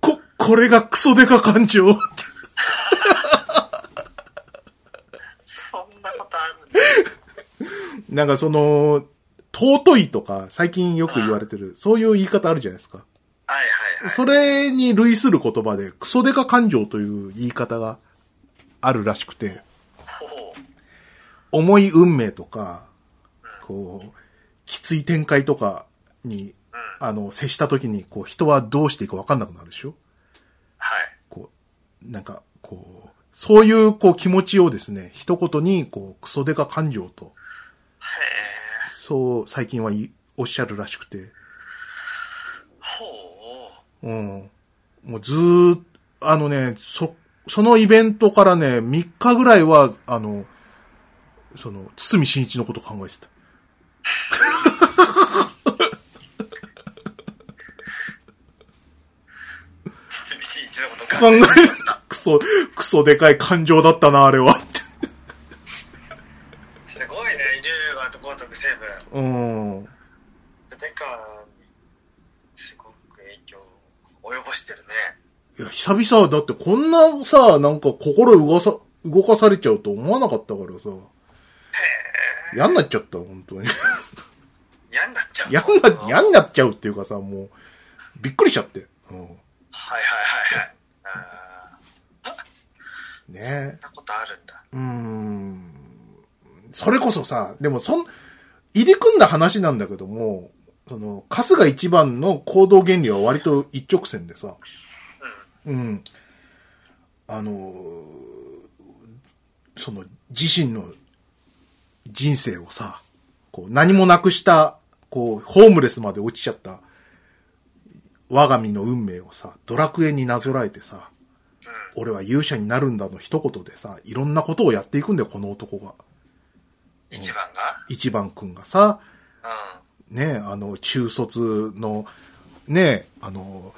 S2: こ、これがクソデカ感情。
S1: そんなことあ [laughs] るんだ。
S2: なんかその、尊いとか、最近よく言われてる、そういう言い方あるじゃないですか。
S1: はいはいはい。
S2: それに類する言葉で、クソデカ感情という言い方があるらしくて、
S1: ほう。
S2: 重い運命とか、こう、きつい展開とかに、あの、接した時に、こう、人はどうしていいかわかんなくなるでしょ
S1: はい。
S2: こう、なんか、こう、そういう、こう、気持ちをですね、一言に、こう、クソデカ感情と、
S1: へえ。
S2: そう、最近は言いおっしゃるらしくて、
S1: ほう。
S2: うん。もうずーっと、あのね、そ、そのイベントからね、3日ぐらいは、あの、その、堤真一のこと考えてた。
S1: 堤真一のこと
S2: 考
S1: 考
S2: え
S1: え
S2: てた。 [laughs] クソ、クソでかい感情だったな、あれは。って
S1: すごいね、龍河と豪徳西部。
S2: うん。
S1: デカにすごく影響を及ぼしてるね。
S2: いや、久々、だってこんなさ、なんか心動かさ、動かされちゃうと思わなかったからさ、嫌になっちゃった、本当に。 [laughs]
S1: 嫌になっちゃう。
S2: 嫌にな、嫌
S1: はい
S2: になっちゃうっていうかさ、もう、びっくりしちゃって。うん。
S1: はいはいはい。あ
S2: ね
S1: ーそんなことあるんだ。
S2: うーんそれこそさ、でもそん、入り組んだ話なんだけども、その、春日一番の行動原理は割と一直線でさ、
S1: うん。
S2: うん。あのー、その、自身の人生をさ、こう、何もなくした、こう、ホームレスまで落ちちゃった、我が身の運命をさ、ドラクエになぞらえてさ、
S1: う
S2: 俺は勇者になるんだの一言でさ、いろんなことをやっていくんだよ、この男が。
S1: ん。一番が
S2: 一番くんがさ、
S1: うん。
S2: ね、あの、中卒の、ね、あの、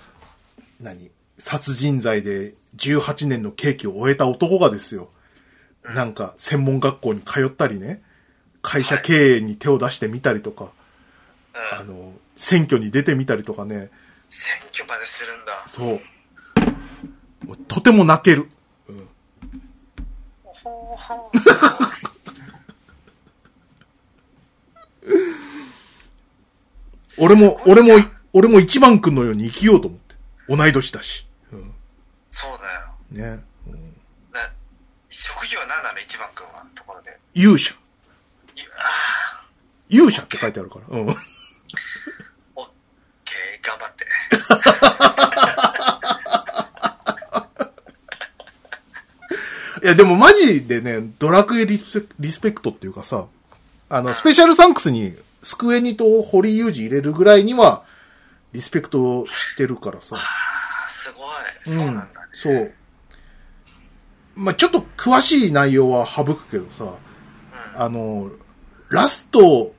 S2: 何、殺人罪で18年の刑期を終えた男がですよ。なんか、専門学校に通ったりね、会社経営に手を出してみたりとか、あ
S1: うん。
S2: の、選挙に出てみたりとかね、
S1: 選挙までするんだ。
S2: そう。もうとても泣ける。うん
S1: ほう [laughs] ほう。すごい
S2: 俺も、
S1: すご
S2: 俺
S1: いじゃん
S2: も、俺も一番くんのように生きようと思って。同い年だし。うん。
S1: そうだよ。
S2: ね。うん
S1: な職業は何なの一番くんはところで。
S2: 勇者。
S1: いやあ
S2: 勇者って書いてあるから。うん。や、でもマジでね、ドラクエリスペリスペクトっていうかさ、あの、スペシャルサンクスに、スクエニと堀井裕二入れるぐらいには、リスペクトしてるからさ。
S1: あーすごい。そうなんだね。
S2: そう。まあ、ちょっと詳しい内容は省くけどさ、
S1: うん。
S2: あの、ラスト、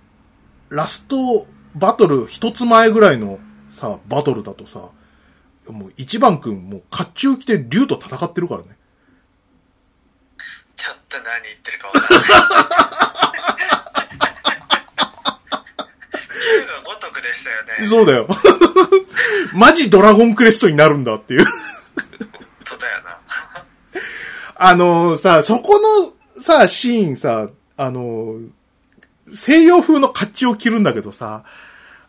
S2: ラストバトル一つ前ぐらいのさ、バトルだとさ、もう一番くんもう甲冑着て竜と戦ってるからね。
S1: ちょっと何言ってるかわからない。竜が如くでしたよね。
S2: そう
S1: [laughs]
S2: だよ。マジドラゴンクレストになるんだっていう。
S1: そうだよな。
S2: あのさ、そこのさ、シーンさ、あの西洋風の甲冑を着るんだけどさ、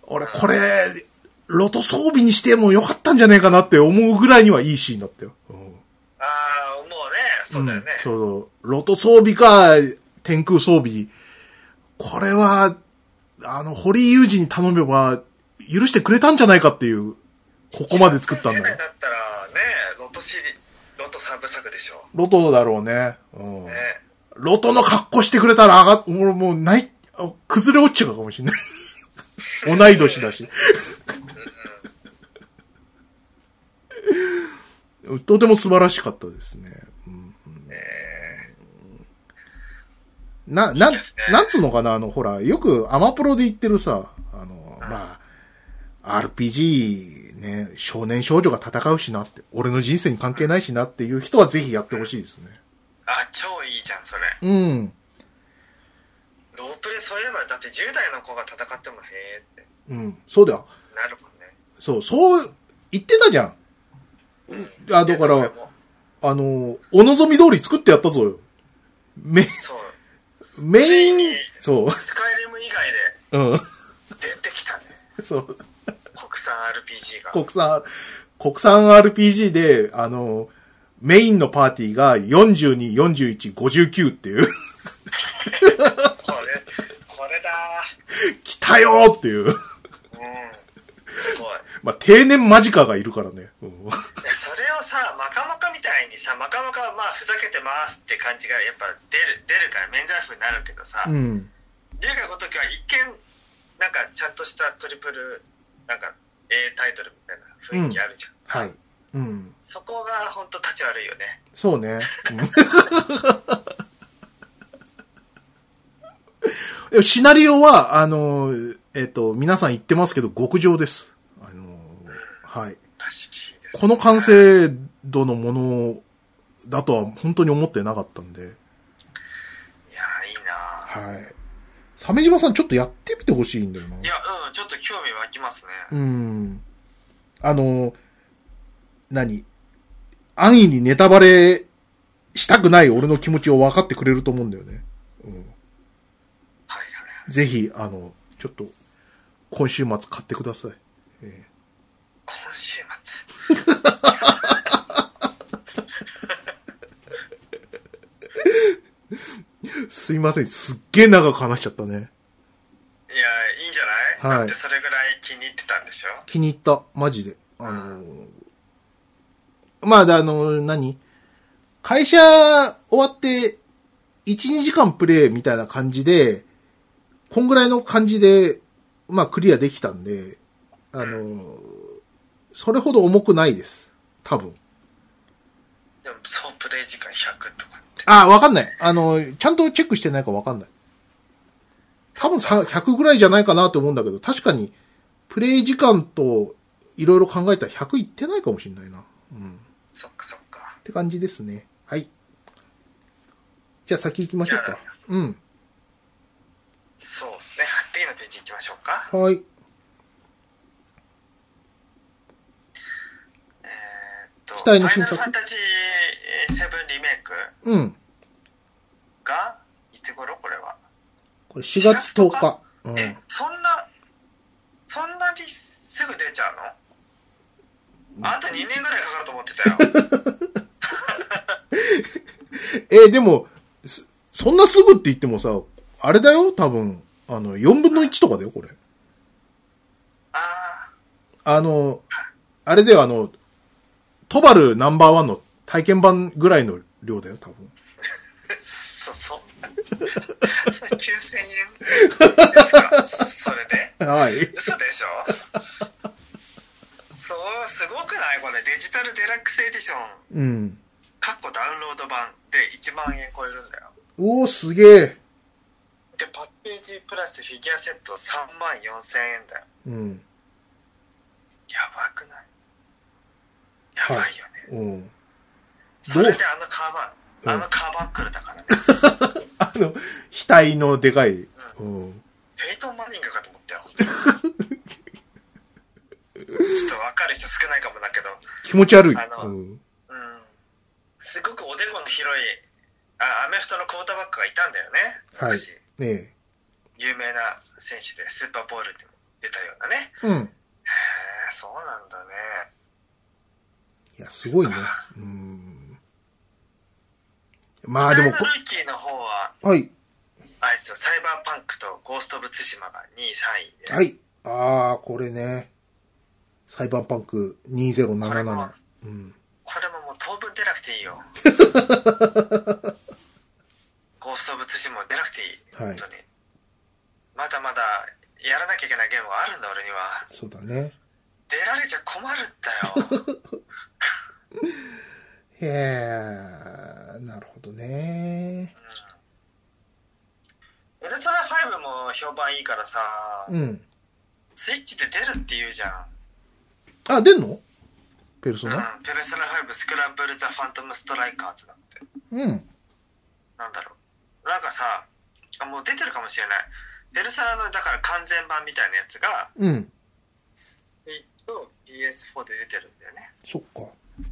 S2: 俺これ、ロト装備にしてもよかったんじゃねえかなって思うぐらいにはいいシーンだったよ。うん
S1: ああ、もうね、そうだよね。
S2: んそうそう。ロト装備か、天空装備。これは、あの、堀井裕二に頼めば、許してくれたんじゃないかっていう、ここまで作った
S1: [laughs]
S2: ん
S1: 中学生世
S2: だ
S1: 代
S2: よ。
S1: だったらね、ロトシリ、ロト三部作でしょ。
S2: ロトだろうね。うん
S1: ね。。
S2: ロトの格好してくれたら上がっ、俺もうない、あ崩れ落ちちゃうか
S1: [laughs]
S2: もしんない。同い年だし。とても素晴らしかったですね。うん
S1: え
S2: な、ない
S1: いですね
S2: なんつうのかな、あの、ほら、よくアマプロで言ってるさ、あの、まあ、RPG ね、少年少女が戦うしなって、俺の人生に関係ないしなっていう人はぜひやってほしいですね。
S1: ーあ、超いいじゃん、それ。
S2: うん。
S1: ロープレそういえば、だって10代の子が戦ってもへえって
S2: うん。そうだよ。
S1: なるもんね。
S2: そう、そう、言ってたじゃん。
S1: うん
S2: あだから
S1: でも
S2: あの、お望み通り作ってやったぞよ。メ、
S1: そう。
S2: メ
S1: つ
S2: イ
S1: い
S2: ン
S1: に、
S2: そ
S1: スカイリム以外
S2: う。うん。
S1: で出てきたね。
S2: そう。
S1: 国産 RPG が。
S2: 国産、国産 RPG で、あの、メインのパーティーが42、41、59っていう、 [laughs]
S1: これ、これだ
S2: 来たよーっていう。
S1: ー。うん。すごい。
S2: まあ、定年間近がいるからね。うん
S1: いやそれをさ、マカマカみたいにさ、マカマカはまあふざけてますって感じがやっぱ出る、出るから免罪符になるけどさ、
S2: うん。
S1: 龍が如くは一見、なんかちゃんとしたトリプル、なんか A タイトルみたいな雰囲気あるじゃん。
S2: はい。うん。
S1: そこが本当立ち悪いよね。
S2: そう [laughs] ね。うんでもシナリオは、あの、えっ、と、皆さん言ってますけど、極上です。あの、はい。
S1: らしいです、
S2: この完。成度のものだとは本当に思ってなかったんで。
S1: いやー、いいなー
S2: はい。鮫島さんちょっとやってみてほしいんだよな。
S1: いや、うん、ちょっと興味湧きますね。
S2: うん。あの、何安易にネタバレしたくない俺の気持ちを分かってくれると思うんだよね。うん、
S1: はいはいはい。
S2: ぜひ、あの、ちょっと、今週末買ってください。え
S1: 今週末。
S2: ーすいません、すっげえ長く話しちゃったね。
S1: いやー、いいんじゃない、
S2: は
S1: だ
S2: い
S1: ってそれぐらい気に入ってたんでしょ
S2: 気に入った、マジで。あの、まあ、であの、何会社終わって、1、2時間プレイみたいな感じで、こんぐらいの感じで、まあ、クリアできたんで、あの、それほど重くないです。多分。
S1: でも、総プレイ時間100とかって。
S2: あ、わかんない。あの、ちゃんとチェックしてないかわかんない。多分さ100ぐらいじゃないかなと思うんだけど、確かに、プレイ時間といろいろ考えたら100いってないかもしれないな。うん。
S1: そっかそっか。
S2: って感じですね。はい。じゃあ先行きましょう
S1: じゃ
S2: か
S1: あ。
S2: うん。
S1: そうですね。次のページ行きましょうか。
S2: はい。
S1: えーっと、
S2: 期待の新作
S1: ファイナルファンタジー7リメイク
S2: うん。
S1: が、いつ頃これは。
S2: これ4月10
S1: 4月10
S2: 日。うん。
S1: え、そんな、そんなにすぐ出ちゃうのあと2年ぐらいかかると思ってたよ。
S2: [laughs] えーでも、すそんなすぐって言ってもさ、あれだよ多分、あの、4分の1とかだよ、これ。
S1: あ
S2: あの、あれではあの、トバルナンバーワンの体験版ぐらいの量だよ、多分。
S1: ーそ、 [laughs] そ、9000円ですかそれで
S2: はい。
S1: 嘘でしょそう、すごくないこれ、デジタルデラックスエディション、
S2: うん。
S1: かっこダウンロード版で1万円超えるんだよ。
S2: おー、すげえ。
S1: で、パッケージプラスフィギュアセット3万4000円だよ。
S2: うん。
S1: やばくないやばいよね。
S2: うん。
S1: それであのカーバン、あ
S2: うん
S1: のカーバンクルだからね。
S2: あの、額のでかい。うん。
S1: ペイトン・マニングかと思ったよ。ちょっと分かる人少ないかもだけど、
S2: 気持ち悪い。
S1: あの
S2: うん。
S1: うん、すごくおでこの広いあ、アメフトのクォーターバックがいたんだよね、
S2: はい
S1: 昔、
S2: ねえ。
S1: 有名な選手で、スーパーボールでも出たようなね。
S2: う
S1: へ
S2: ん。
S1: え、そうなんだね。
S2: いや、すごいね。うん。まあでも
S1: ウク
S2: こ
S1: ライナ、ルーキーの方は、
S2: はい。
S1: あいつよ、サイバーパンクとゴースト・オブ・ツシマが2位、3位で、
S2: はい。あー、これね。サイバーパンク
S1: これも
S2: 2077。うん。
S1: これももう当分出なくていい
S2: [laughs]
S1: よ。ゴースト・オブ・ツシマ出なくていい。
S2: はい
S1: 本当。に。まだまだやらなきゃいけないゲームがあるんだ、俺には。
S2: そうだね。
S1: 出られちゃ困るんだよ。
S2: へえ、なるほどね。
S1: ウルトラ5も評判いいからさ、
S2: うん。
S1: スイッチで出るって言うじゃん。
S2: あ、出んのペルソ
S1: うん
S2: ナ。
S1: ペルソナ5スクランブル・ザ・ファントム・ストライカーズだって。
S2: うん。
S1: なんだろう。なんかさ、あもう出てるかもしれない。ペルソナの、だから完全版みたいなやつが、
S2: うん。
S1: スイッチと PS4 で出てるんだよね。
S2: そっか。
S1: うん。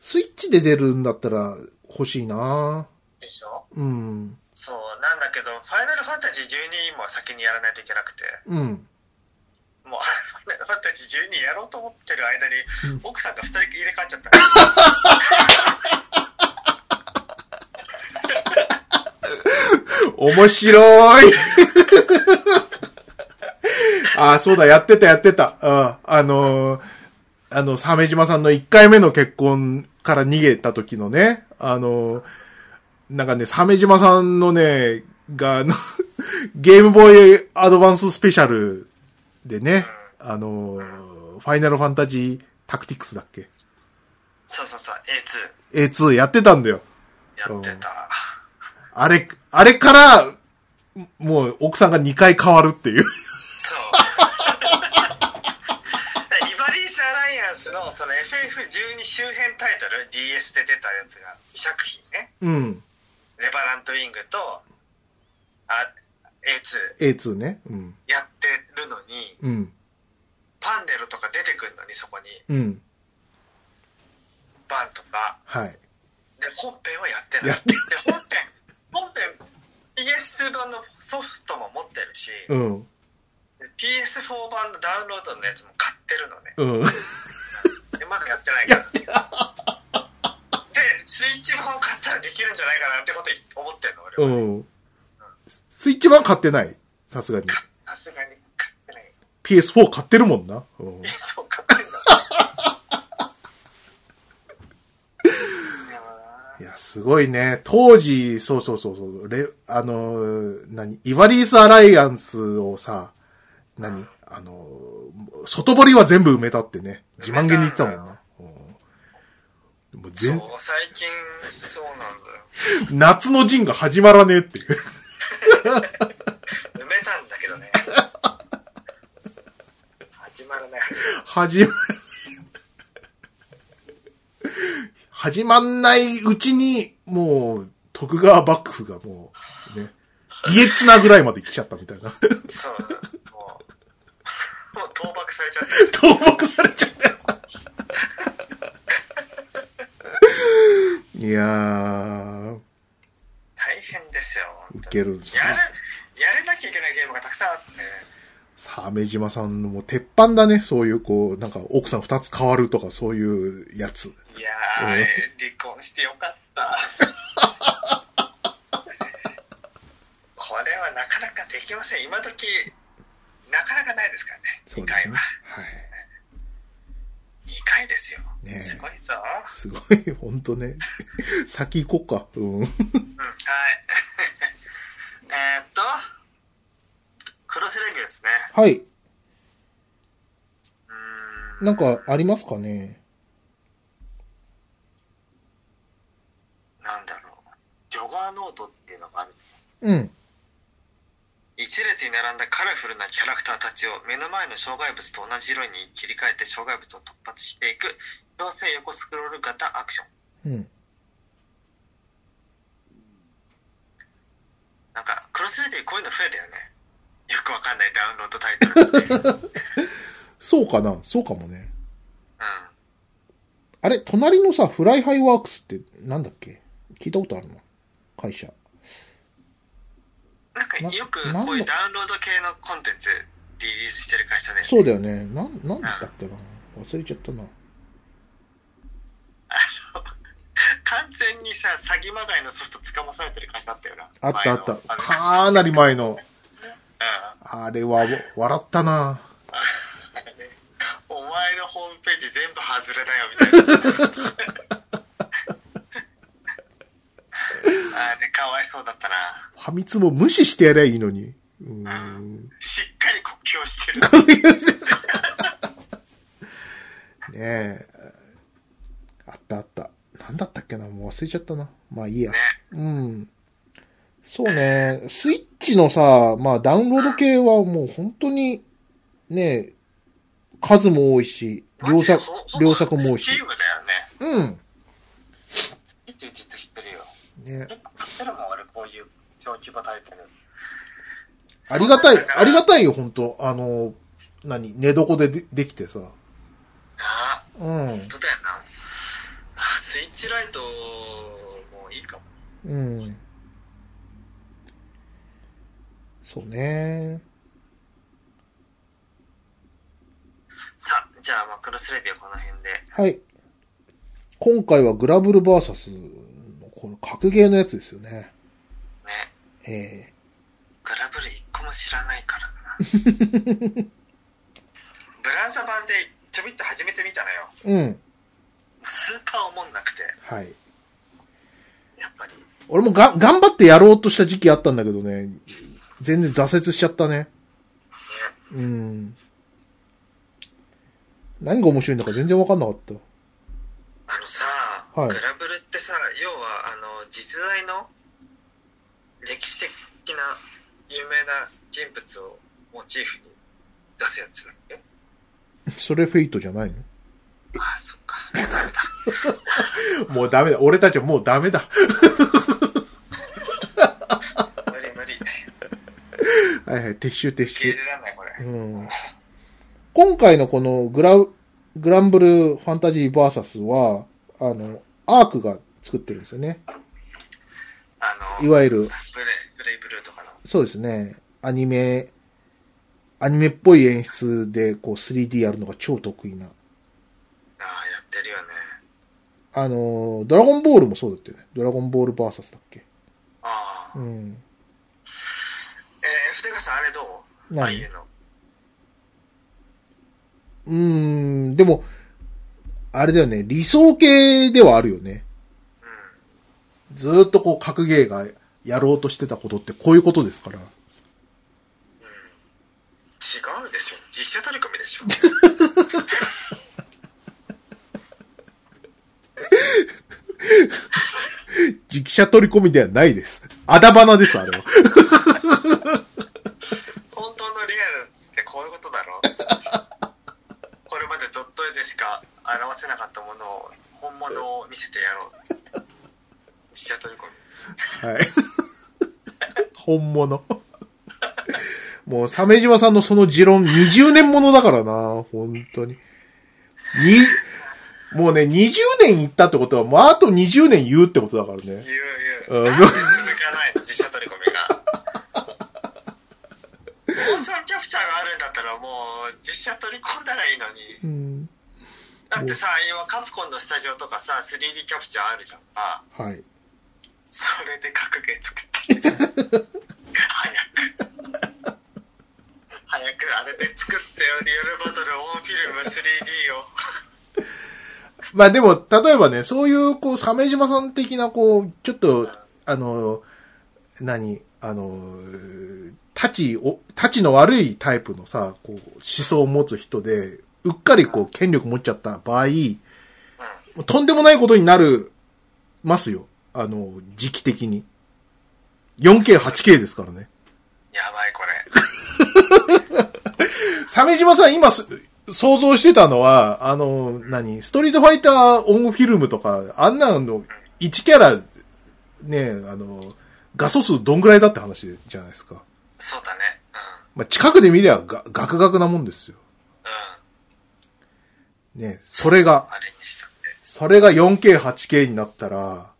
S2: スイッチで出るんだったら欲しいな
S1: でしょ
S2: うん。
S1: そう、なんだけど、ファイナルファンタジー12も先にやらないといけなくて。
S2: うん。
S1: もう、 [laughs] ファイナルファンタジー12やろうと思ってる間に
S2: うん、
S1: 奥さんが2人入れ替わっちゃった。
S2: 面白い [laughs] あ、そうだ、やってた、やってた。ああのーあの、鮫島さんの1回目の結婚から逃げた時のね、あのーなんかね、鮫島さんのね、が、あの、 [laughs] ゲームボーイアドバンススペシャルでね、あのーファイナルファンタジータクティクスだっけ
S1: そうそうそう、A2
S2: ?A2 やってたんだよ。
S1: やってた。
S2: あれ、あれから、もう奥さんが2回変わるっていう。 [laughs]
S1: そう。イバリース・アライアンスのその FF12 周辺タイトル、DS で出たやつが、2作品ね。
S2: うん。
S1: レバラント・ウィングと、あ、A2
S2: A2 ね。うん。
S1: やってるのに、
S2: うん。
S1: パンデルとか出てくるのに、そこに、
S2: うん。
S1: バンとか。
S2: はい。
S1: で、本編はやって
S2: や
S1: ない
S2: っ。て
S1: で、本編、本編、PS 版のソフトも持ってるし、
S2: うん。
S1: PS4 版のダウンロードのやつも買ってるのね。
S2: うん。
S1: で、まだやってないから。で、スイッチ版を買ったらできるんじゃないかなってこと思ってんの、俺は。
S2: うん。スイッチ版買ってない。さすがに。
S1: さすがに買ってない。
S2: PS4 買ってるもんな。うん
S1: え、。そう買ってんだ。でもない
S2: や、すごいね。当時、そうそうそうそう、レ、あのー、何、イバリースアライアンスをさ、何、あのー、外堀は全部埋めたってね、自慢げに言ってたもんな。うんもう
S1: そう
S2: 全、
S1: 最近そうなんだよ。
S2: 夏の陣が始まらねえっていう。
S1: 埋めたんだけどね。始まらない、始まらない。
S2: 始ま、始まんないうちに、もう、徳川幕府がもう、ね、家綱ぐらいまで来ちゃったみたいな。
S1: そう、もう、も [laughs] う倒幕されちゃった。
S2: 倒木されちゃった。いやー、
S1: 大変ですよ、本
S2: い
S1: 当に
S2: けるんですね
S1: やる、やれなきゃいけないゲームがたくさんあって、
S2: 鮫島さんのもう鉄板だね。そういう、こう、なんか奥さん二つ変わるとかそういうやつ。
S1: いやー、
S2: うん
S1: 離婚してよか
S2: [laughs]
S1: った。これはなかなかできません。今時、なかなかないですからね。
S2: そ
S1: 2
S2: うで
S1: 回
S2: す
S1: は
S2: ね。。はい。
S1: 2回ですよ。
S2: ねえ
S1: すごいぞ。
S2: すごい、ほんとね。先行こうか。うん。
S1: うん、はい。 [laughs] えーっと、クロスレビューですね。
S2: はい。
S1: うーん。
S2: なんか、ありますかね
S1: なんだろう。ジョガーノートっていうのがある。
S2: うん。
S1: 一列に並んだカラフルなキャラクターたちを目の前の障害物と同じ色に切り替えて障害物を突発していく強制横スクロール型アクション
S2: うん。
S1: なんかクロスレビューこういうの増えたよねよくわかんないダウンロードタイトルっていううん
S2: そうかなそうかもね。あれ隣のさ、フライハイワークスってなんだっけ聞いたことあるの会社。
S1: なんか
S2: な
S1: よくこういうダウンロード系のコンテンツリリースしてる会社で、
S2: そうだよね。なん、なんだったっけな忘れちゃったな。
S1: 完全にさ詐欺まがいのソフト捕まされてる会社だったよな
S2: あったあった。
S1: 前の
S2: かなり前の。
S1: あ
S2: あれは、笑ったな
S1: のうんお前のホームページ全部外れだよみたいなあれかわいそうだったな
S2: ファミツも無視してやりゃいいのに。うーん。
S1: しっかり国境してる
S2: ねえ。あったあった。なんだったっけなもう忘れちゃったな。まあいいや。
S1: ね
S2: うん。そうね。スイッチのさ、まあダウンロード系はもう本当に、ね、数も多いし、 [laughs] 両作、両作も多い
S1: チ
S2: し
S1: ー。ムだよね。
S2: うん。
S1: いついついつ知ってるよ。
S2: ね、
S1: 結構買ってるもん、俺、こういう小規模タイトル。
S2: ありがたい、ありが
S1: たい。
S2: たいよ、本当あの、何、寝床ででできてさ。
S1: あ、
S2: うん。
S1: 本当だよな。あスイッチライト、もいいかも。
S2: うん。そうね。
S1: さあ、じゃあ、まあ、クロスレビューはこの辺で。
S2: はい。今回はグラブルバーサスの、この格ゲーのやつですよね。
S1: ね。
S2: ええ
S1: グラブル一個も知らない
S2: [laughs]
S1: からな。ブラウザ版でちょびっと始めてみたのよ。
S2: うん。
S1: スーパーおもんなくて、
S2: はい。
S1: やっぱり。
S2: 俺もが、頑張ってやろうとした時期あったんだけどね。全然挫折しちゃったね。うん。何が面白いんだか全然わかんなかった。
S1: あのさ、
S2: はい
S1: グラブルってさ要はあの実在の歴史的な有名な人物をモチーフに出すやつだっけ
S2: それフェイトじゃないの
S1: ああそっかもうダメだ
S2: もうダメだ。俺たちはもうダメだ。
S1: 無理無理
S2: はいはい、撤収撤
S1: 受け
S2: 収
S1: 入。れられないこれ、
S2: うん今回のこのグラウ、グランブルファンタジーバーサスは、あの、アークが作ってるんですよね。
S1: あの
S2: いわゆる、
S1: ブレブレイブルーとかの
S2: そうですね、アニメ、アニメっぽい演出で、こう 3D やるのが超得意な。
S1: ああやってるよね
S2: あの、ドラゴンボールもそうだったよね。ドラゴンボールバーサスだっけ。
S1: ああ、
S2: う
S1: え
S2: ん。
S1: ー、筆川さんあれどうああ
S2: 何
S1: いうの
S2: うーん、でも、あれだよね、理想系ではあるよね。
S1: うん
S2: ずーっとこう、格ゲーがやろうとしてたことってこういうことですから。
S1: 違うでしょ実写取り組みで
S2: [laughs]
S1: しょ
S2: 実写取り込みではないです。あだ花です、あれは。
S1: 本当のリアルってこういうことだろう
S2: [laughs]
S1: これまでドット絵でしか表せなかったものを本物を見せてやろう実写取り込み
S2: はい。本物。もう、鮫島さんのその持論20年ものだからな、本当に。に、もうね、20年行ったってことは、もうあと20年言うってことだからね。
S1: 言う言う
S2: うん
S1: なんで続かないの実写取り込みがモーションキャプチャーがあるんだったらもう実写取り込んだらいいのに
S2: うん。
S1: だってさ今カプコンのスタジオとかさ 3D キャプチャーあるじゃんか
S2: はい。
S1: それで格ゲー作って早く早くあれで作ってよリアルバトルオンフィルム 3D を
S2: まあでも、例えばね、そういう、こう、鮫島さん的な、こう、ちょっと、あの、何、あの、立ちを、立ちの悪いタイプのさ、こう、思想を持つ人で、うっかりこう、権力持っちゃった場合、もうとんでもないことになる、ますよ。あの、時期的に。4K、8K ですからね。
S1: やばい、これ。
S2: 鮫島さん、今す、想像してたのは、あの、何、ストリートファイターオンフィルムとか、あんなの、1キャラ、ね、あの、画素数どんぐらいだって話じゃないですか。
S1: そうだね。
S2: まあ、近くで見りゃ、が、ガクガクなもんですよ。
S1: うん。うん。
S2: ね、それが、
S1: あれにしたんで。
S2: それが 4K、8K になったら、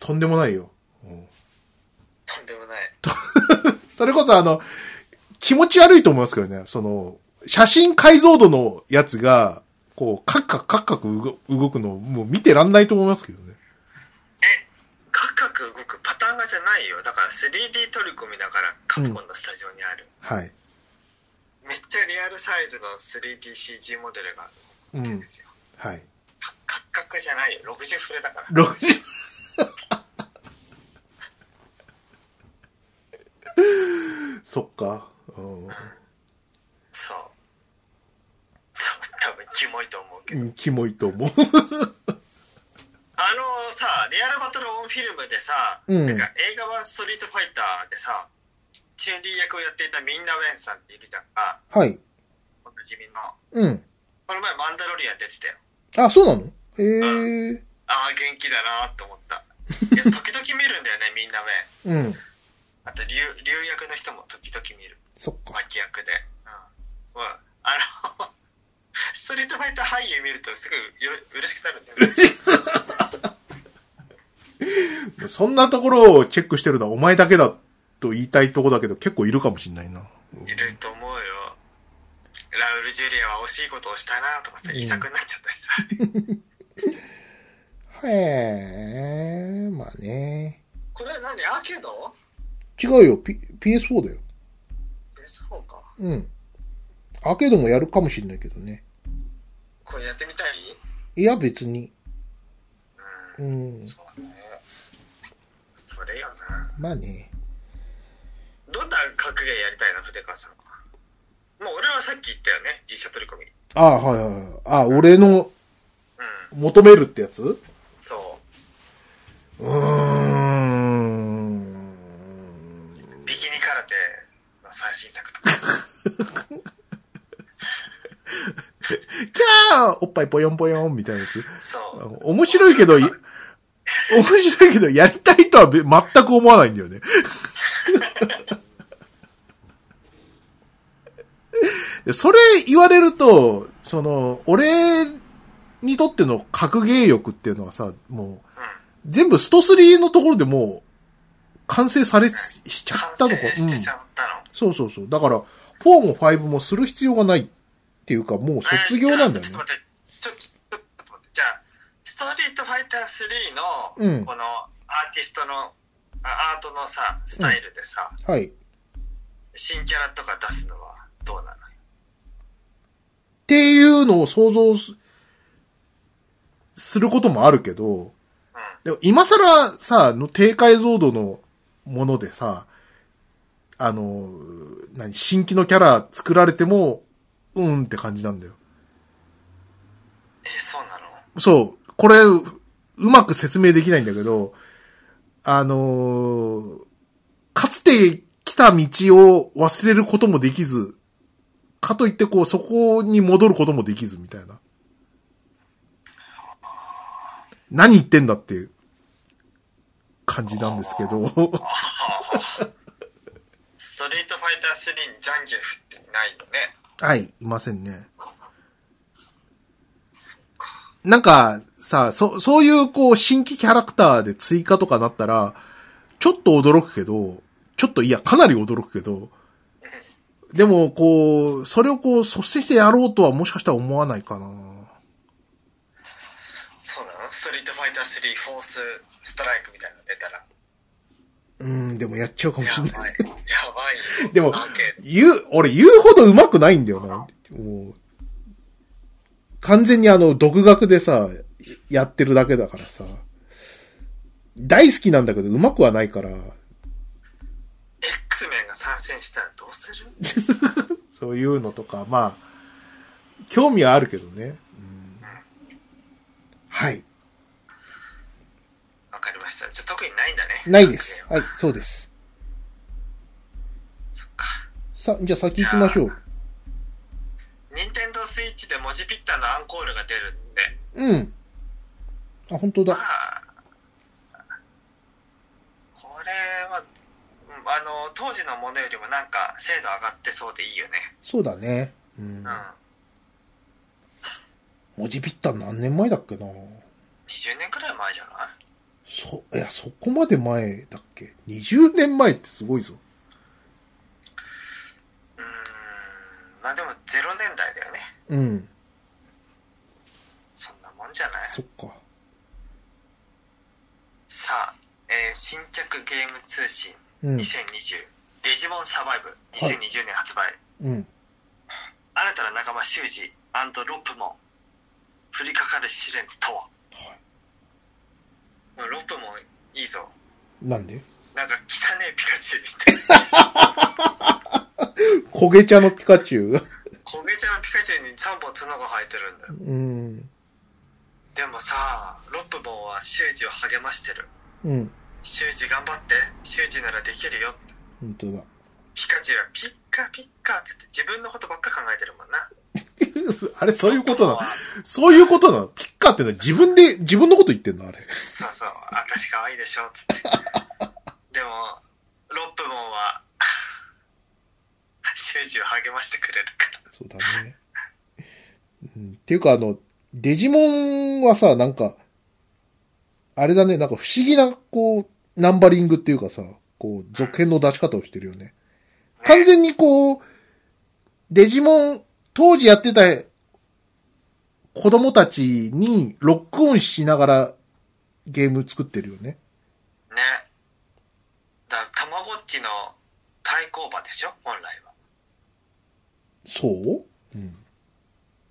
S2: とんでもないよ。うん
S1: とんでもない。
S2: それこそあの、気持ち悪いと思いますけどね、その、写真解像度のやつが、こう、カクカクカクカク動動くの、もう見てらんないと思いますけどね。
S1: え、カクカク動くパターンがじゃないよ。だから 3D 取り込みだから、カプコンのスタジオにある。
S2: はい。
S1: めっちゃリアルサイズの 3DCG モデルが
S2: う
S1: あるん
S2: ん
S1: で。すよ。
S2: はい。
S1: カカクカクじゃないよ。60フレだから。
S2: 60そっか。うん
S1: そう。そう、多分キモいと思うけ
S2: う
S1: ど。
S2: ん。キモいと思う。
S1: あのさ、リアルバトルオンフィルムでさ、
S2: うん
S1: なんか映画はストリートファイターでさ、チュンリー役をやっていたミンナウェンさんっているじゃんか、
S2: はい。
S1: おなじみの。
S2: うん。
S1: この前マンダロリアン出てたよ。
S2: あ、そうなのええ
S1: ああ、元気だなと思った。いや、
S2: [laughs]
S1: 時々見るんだよね、ミンナウェン。
S2: うん。
S1: あと、竜竜役の人も時々見る。
S2: そっか。
S1: 脇役で。うん。うんあの、 [laughs] ストリートファイター俳優見るとすぐよ嬉しくなるんだよね。
S2: そんなところをチェックしてるのはお前だけだと言いたいとこだけど結構いるかもしんないな。うん
S1: いると思うよ。ラウル・ジュリアは惜しいことをしたなとかさ、
S2: うん
S1: 遺作になっちゃったしさ。
S2: へえ、まあね。
S1: [laughs] これは何アーケード
S2: 違うよ、P、PS4 だよ。
S1: そうか。
S2: うん。アーケードもやるかもしんないけどね。
S1: これやってみたい
S2: いや、別に。
S1: う。
S2: うんん。
S1: そうね。それよな。
S2: まあね。
S1: どんな格ゲーやりたいの筆川さんは。もう俺はさっき言ったよね。実写取り込み。
S2: ああ、はいはいはい。ああ、俺の
S1: うん。
S2: 求めるってやつう
S1: そ
S2: ーん。
S1: う。ビキニ空手の最新作とか。
S2: キャーおっぱいぽよんぽよんみたいなやつ。
S1: そう。
S2: 面白
S1: [laughs]
S2: いけどい
S1: 面白かっ
S2: 面白いけど、やりたいとはべ全く思わないんだ
S1: [laughs]
S2: よね。でそれ言われると、その、俺にとっての格ゲー欲っていうのはさ、もう、
S1: たうん。
S2: 全部スト3のところでもう、完成され、しちゃ
S1: 完
S2: ったのか。
S1: 成
S2: う
S1: し
S2: ん
S1: てしまったの。
S2: そうそうそう。だから、4も5もする必要がないっていうか、もう卒業なんだ
S1: えー
S2: よ
S1: じゃあちょっと
S2: ね。
S1: 待って、ちょちょちょっと待って。じゃあ、ストリートファイター3の、
S2: うん
S1: このアーティストの、あアートのさ、スタイルでさ、
S2: はい。
S1: 新キャラとか出すのはどうなの
S2: っていうのを想像すすることもあるけど、でも今更さ、の低解像度のものでさ、あの、何、新規のキャラ作られても、うんって感じなんだよ。
S1: えーそうなの
S2: そう、これ、うまく説明できないんだけど、あのーかつて来た道を忘れることもできず、かといってこう、そこに戻ることもできずみたいな。何言ってんだっていう感じなんですけ
S1: ス
S2: ど、
S1: トリートファイター3にジャンギエフっていないよね。
S2: はい、いませんね。なんか、さ、そ、そういう、こう、新規キャラクターで追加とかなったら、ちょっと驚くけど、ちょっと、いや、かなり驚くけど、でも、こう、それをこう、率先してやろうとはもしかしたら思わないかな。
S1: そうなのストリートファイター3フォースストライクみたいなの出たら。
S2: うん、でもやっちゃうかも
S1: や
S2: しれ
S1: ば。
S2: ない
S1: やばいよ。
S2: でも
S1: アーケード
S2: い。言う、俺言うほど上手くないんだよな。もう完全にあの、独学でさ、やってるだけだからさ、大好きなんだけど、うまくはないから、
S1: X メンが参戦したらどうする
S2: そういうのとか、まあ、興味はあるけどね。うん、はい。
S1: わかりました。じゃあ特にないんだね。
S2: ないです。はい、そうです。
S1: そっか。
S2: さ、じゃあ先行きましょう。
S1: 任天堂スイッチで文字ピッタのアンコールが出るんで、
S2: うん。あ、本当
S1: ま
S2: だ。
S1: あ、これは、うんあの、当時のものよりもなんか精度上がってそうでいいよね。
S2: そうだね。うん
S1: うん。。
S2: 文字ピッタ何年前だっけな
S1: 20年くらい前じゃない
S2: そ、いや、そこまで前だっけ ?20 年前ってすごいぞ。
S1: うーん。まあでも0年代だよね。
S2: うん。
S1: そんなもんじゃない。
S2: そっか。
S1: さあ、えー新着ゲーム通信
S2: うん。
S1: 2020、デジモンサバイブ2020年発売、
S2: うん。
S1: 新たな仲間修二ロップモン降りかかる試練とは
S2: は
S1: まあロップモンいいぞ
S2: い。なんで
S1: なんか汚ねえピカチュウみたいな
S2: 焦げ茶のピカチュウ [laughs]
S1: 焦げ茶のピカチュウに3本角が生えてるんだよ
S2: うん。
S1: でもさロップモンは修二を励ましてる
S2: うん。
S1: 修二頑張って修二ならできるよ
S2: 本当だ。 [laughs]
S1: ピカチュウはピッカピッカっつって自分のことばっか考えてるもんな
S2: あれ、そういうことな
S1: ロップ
S2: の
S1: モンは
S2: そういうことなのピッカってのは自分で、自分のこと言ってんのあれ。
S1: そうそう、私可愛いでしょ、つって。でも、ロップモンは、 [laughs] 修二を励ましてくれるから。
S2: そうだね。うん、っていうか、あの、デジモンはさ、なんか、あれだね、なんか不思議な、こう、ナンバリングっていうかさ、こう、続編の出し方をしてるよね。完全にこう、デジモン、当時やってた子供たちにロックオンしながらゲーム作ってるよね。
S1: ね。だから、たまごっちの対抗馬でしょ、本来は。
S2: そううん。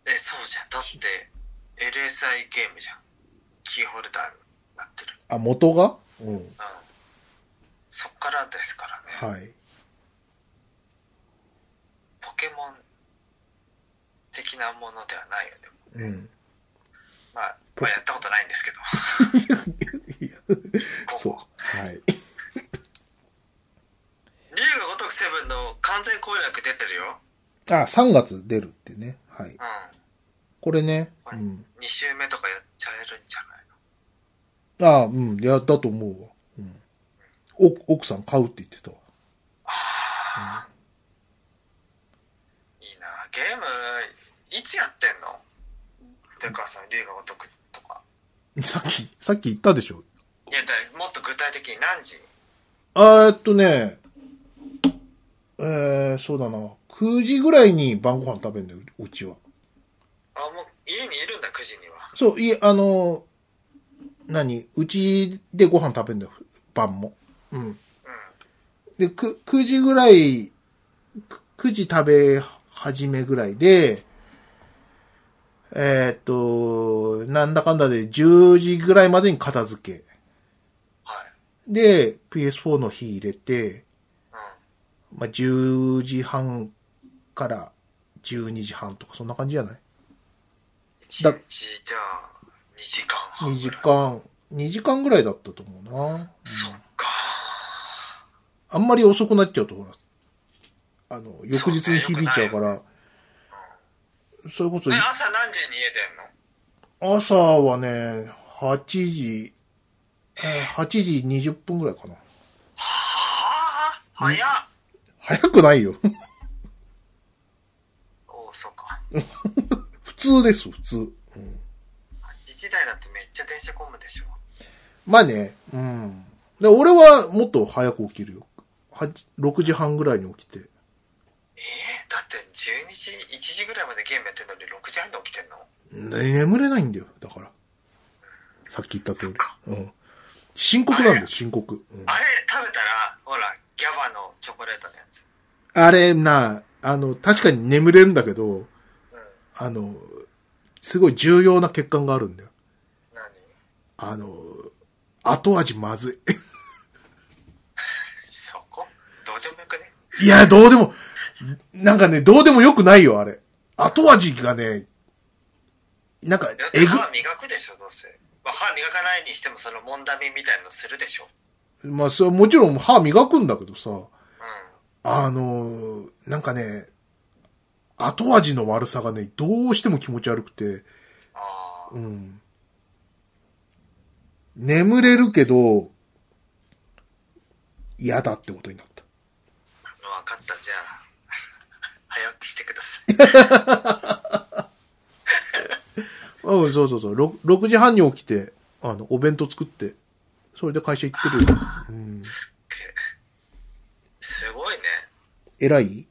S1: え、そうじゃん。だって、LSI ゲームじゃん。キーホルダーになってる。
S2: あ、元がうん。
S1: うん。そっからですからね。
S2: はい。
S1: ポケモン的なものではないよね。
S2: うん。
S1: まあ、まあ、やったことないんですけど。
S2: いやそう。は
S1: 竜
S2: い。
S1: が如くセブンの完全攻略出てるよ。
S2: あ、3月出るってね。はい。
S1: う
S2: これね。
S1: は
S2: う
S1: い
S2: ん。
S1: ん。2週目とかやっちゃえるんじゃないの
S2: あうん。いや、だと思うわ。うん。お、奥さん買うって言ってたわ。
S1: ああ。いいな。ゲーム、いつやってんのてかさ、竜が如くとか。
S2: さっき、さっき言ったでしょ。
S1: いや、だもっと具体的に何時に
S2: あーえっとね、えー、そうだな。9時ぐらいに晩ご飯食べるんだよ、うちは。
S1: あ、もう家にいるんだ、9時には。
S2: そう、いえ、あの、何うちでご飯食べるんだよ、晩も。うん。
S1: うん。
S2: で、く、9時ぐらい、く9時食べ始めぐらいで、えーっと、なんだかんだで10時ぐらいまでに片付け。
S1: はい。
S2: で、PS4 の火入れて、
S1: うん。
S2: まあ、10時半から12時半とか、そんな感じじゃないだ
S1: 1日、じゃあ、2時間半
S2: ?2
S1: ぐ
S2: 時
S1: らい。
S2: 間、2時間ぐらいだったと思うな。うん
S1: そっか。
S2: あんまり遅くなっちゃうと、ほら、あの、翌日に響いちゃうから、それこそ
S1: え、、朝何時に家出んの
S2: 朝はね、8時、えー8時20分ぐらいかな。
S1: はあ、早っ。
S2: 早くないよ。 [laughs]
S1: おそうか。
S2: 普通です、普通。うん
S1: 時代だってめっちゃ電車混むでしょ。
S2: まあね、うん。で、俺はもっと早く起きるよ。はち6時半ぐらいに起き
S1: え
S2: て。
S1: ー、だって12時、1時ぐらいまでゲームやってるのに6時半で起きてんの
S2: ね眠れないんだよ、だから。さっき言った
S1: そ
S2: 通
S1: っか。
S2: り。うん。深刻なんだよ、深刻。うん
S1: あれ食べたら、ほら、ギャバのチョコレートのやつ。
S2: あれな、あの、確かに眠れるんだけど、
S1: うん。
S2: あの、すごい重要な欠陥があるんだよ。
S1: 何
S2: あの、後味まず
S1: そこどうでもよくね
S2: い。い [laughs] や、どうでも、なんかね、どうでもよくないよ、あれ。後味がね、なんか、
S1: だって
S2: え
S1: 歯磨くでしょどうせ、まあ、歯磨かないにしてもそのもんだみみたいのするでしょ
S2: ぐ、まあ、それはもちろん歯磨くんだけどさ、
S1: うん
S2: あの、なんかね、後味の悪さがね、どうしても気持ち悪くて、
S1: ああ
S2: うん。眠れるけど、嫌だってことになった。
S1: 分かったじゃあ [laughs] 早くしてください [laughs]
S2: うん、そうそうそう。ろく 6, 時半に起きて、あの、お弁当作って、それで会社行ってるよ。うん。
S1: けすごいね
S2: 偉い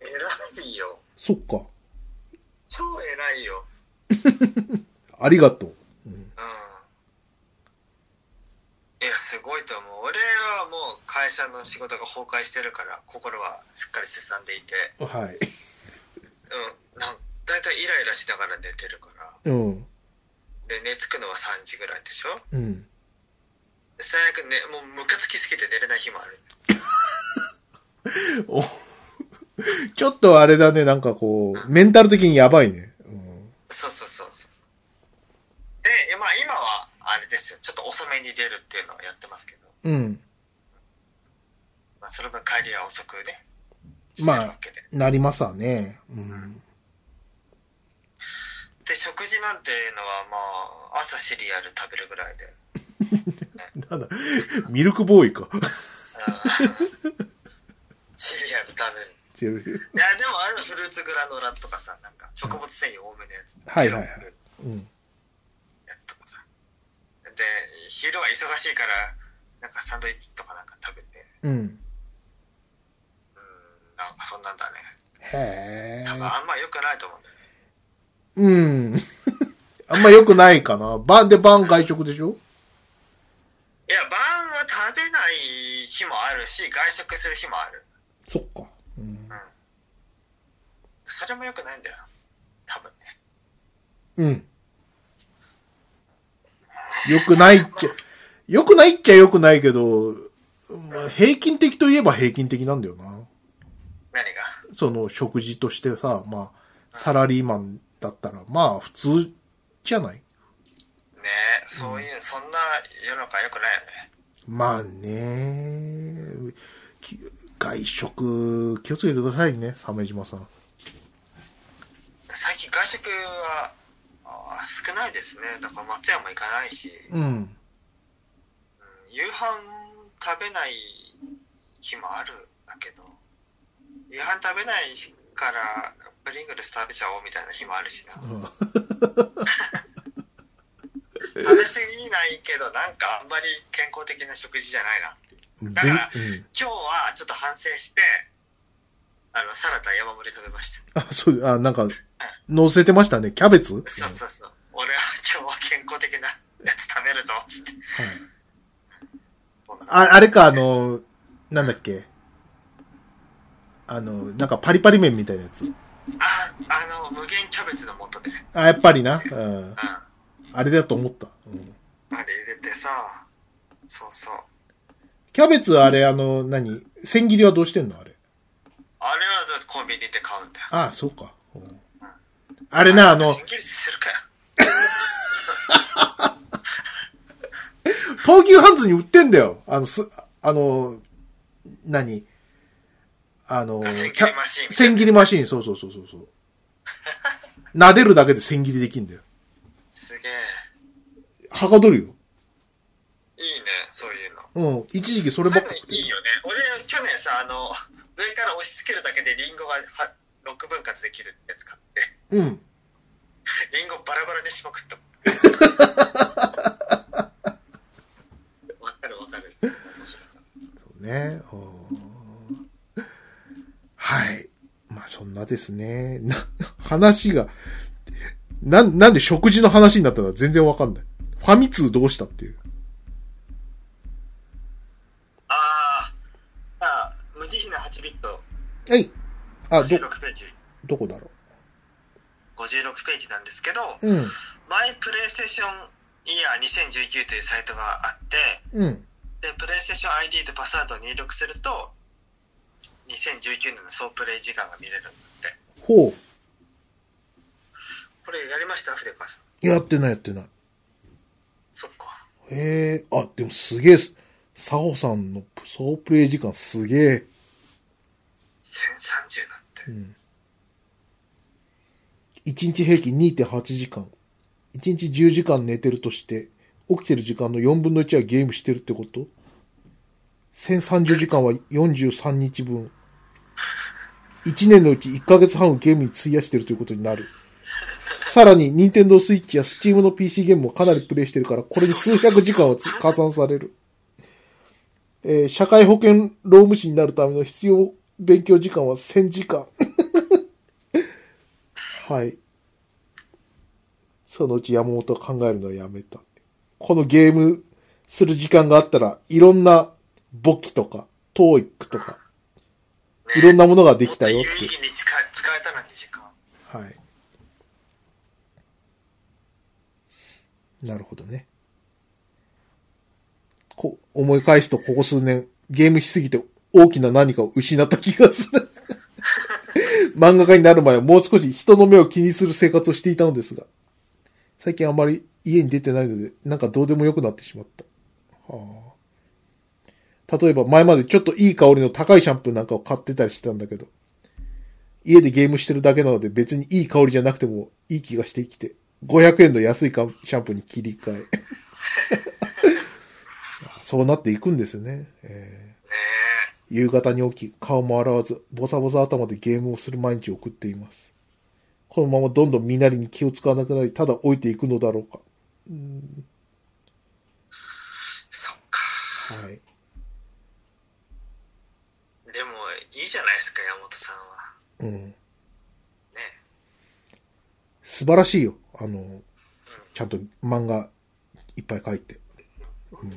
S1: 偉いよ
S2: そっか。
S1: 超偉いよ
S2: ありがとう。
S1: うんいやすごいと思う俺はもう会社の仕事が崩壊してるから心はすっかりすさんでいて
S2: は
S1: う
S2: い。
S1: んなん大体イライラしながら寝てるから
S2: うん。
S1: で寝つくのは3時ぐらいでしょ
S2: うん。
S1: で最悪ねもうムカつきすぎて寝れない日もある
S2: おちょっとあれだね、なんかこう、メンタル的にやばいね。
S1: そうそうそうそうで、まあ、今はあれですよちょっと遅めに出るっていうのをやってますけど、
S2: うん。うん。
S1: まあ、その分帰りは遅くねして
S2: まあ
S1: るわけで、
S2: なりますわね。うん。
S1: で食事なんていうのはまあ朝シリアル食べるぐらいで
S2: なんだ、ミルクボーイか。
S1: うん
S2: [laughs]
S1: シリアル食べる
S2: 違う
S1: いやでもあれのフルーツグラノラとかさなんか食物繊維多めのやつ
S2: はいはいはい
S1: ケロッグ
S2: うん。
S1: やつとかさで昼は忙しいからなんかサンドイッチとかなんか食べて
S2: うん。
S1: うんなんかそんなんだね
S2: へ
S1: 多分
S2: ー
S1: あんま良くないと思うんだよね
S2: うん。あんま良くないかな。晩で晩外食でしょ
S1: いや晩は食べない日もあるし外食する日もある
S2: そっか。うん。
S1: それも良くないんだよ多分ね
S2: うん。良くないっちゃ、良くないっちゃ良くないけど、まあ、平均的といえば平均的なんだよな。
S1: 何が
S2: その食事としてさ、まあ、サラリーマンだったら、まあ、普通じゃない
S1: ねえそういう、そんな世の中良くないよね
S2: まあねき外食、気をつけてくださいね、鮫島さん。
S1: 最近外食はあー少ないですねだから松屋も行かないし、
S2: うん。
S1: うん夕飯食べない日もあるんだけど夕飯食べないからプリングルス食べちゃおうみたいな日もあるしな [laughs]
S2: うん
S1: 食べ過ぎないけどなんかあんまり健康的な食事じゃないなだから
S2: 全うん
S1: 今日はちょっと反省してあのサラダ山盛り食べました
S2: あ、そう、あ、なんか、乗せてましたね。キャベツ
S1: そうそうそう俺は今日は健康的なやつ食べるぞっつって
S2: はいああれか、あの、なんだっけ。あの、なんかパリパリ麺みたいなやつ。
S1: ああの無限キャベツの素で、うん、
S2: あ、やっぱりな。うん。
S1: あ
S2: あれだと思った。うん
S1: れ入れてさそうそう
S2: キャベツ、あれ、あの、何千切りはどうしてんのあれ。
S1: あれはだってコンビニで買うんだよ
S2: ああ、そうか。うんあれな、あの、
S1: 千切りするかよ
S2: 東急ハンズに売ってんだよ。あの、す、あの、何あの、
S1: あ千切りマシーンみたいな
S2: 千切りマシーン、そうそうそうそう
S1: [laughs]
S2: そう。撫でるだけで千切りできんだよ。
S1: すげえ
S2: はかどるよ。
S1: いいねそういうの
S2: うん。一時期それ
S1: そ
S2: ば
S1: う
S2: っ
S1: いう
S2: か
S1: の。いいよね俺去年さあの上から押し付けるだけでリンゴがは6分割できるやつ買って [laughs]
S2: うん。
S1: リンゴバラバラにしまく
S2: [laughs]
S1: ったもんわかるわかる
S2: そうね。うんはい。まあ、そんなですね。な、話が、な、なんで食事の話になったのか全然わかんない。ファミ通どうしたっていう。
S1: あーあ無慈悲な8ビット
S2: はい。あ、ど、
S1: 16ページ
S2: どこだろ
S1: 56ページなんですけど、
S2: うん。
S1: マイプレイステーションイヤー2019というサイトがあって、
S2: うん。
S1: で、プレイステーション ID とパスワードを入力すると、2019年の総プレイ時間が見れるんだって。
S2: ほ
S1: これやりました筆川さん。
S2: う。やってない、やってない。
S1: そっか。
S2: へえ、あ、でもすげえす、サホさんの総プレイ時間すげえ。
S1: 1030なんて
S2: う。ん。1日平均2.8時間。1日10時間寝てるとして、起きてる時間の4分の1はゲームしてるってこと ?1030 時間は43日分。1年のうち1ヶ月半をゲームに費やしてるということになる。さらに、任天堂スイッチや Steam の PC ゲームもかなりプレイしてるから、これに数百時間はつ加算される。えー社会保険労務士になるための必要勉強時間は1000時間。はい。そのうち山本は考えるのをやめた。このゲームする時間があったら、いろんな簿記とか、トーイックとか、いろん
S1: な
S2: なものができたよ
S1: も
S2: っ
S1: っと有意
S2: て。
S1: 義に使え使えたなんて時間。
S2: はい。なるほどね。こう、思い返すとここ数年、ゲームしすぎて大きな何かを失った気がする。 [laughs] 漫画家になる前はもう少し人の目を気にする生活をしていたのですが、最近あまり家に出てないので、なんかどうでもよくなってしまった。はあ、例えば前までちょっといい香りの高いシャンプーなんかを買ってたりしてたんだけど、家でゲームしてるだけなので別にいい香りじゃなくてもいい気がしてきて、500円の安いかシャンプーに切り替え。そうなっていくんですよね。えー
S1: ねえ。
S2: 夕方に起き、顔も洗わず、ボサボサ頭でゲームをする毎日を送っています。このままどんどん身なりに気を使わなくなり、ただ置いていくのだろうか。
S1: そっか。
S2: はい。
S1: でも、いいじゃないですか、山本さんは。
S2: うん。
S1: ね
S2: 素晴らしいよ。あの、ちゃんと漫画いっぱい書いて。うん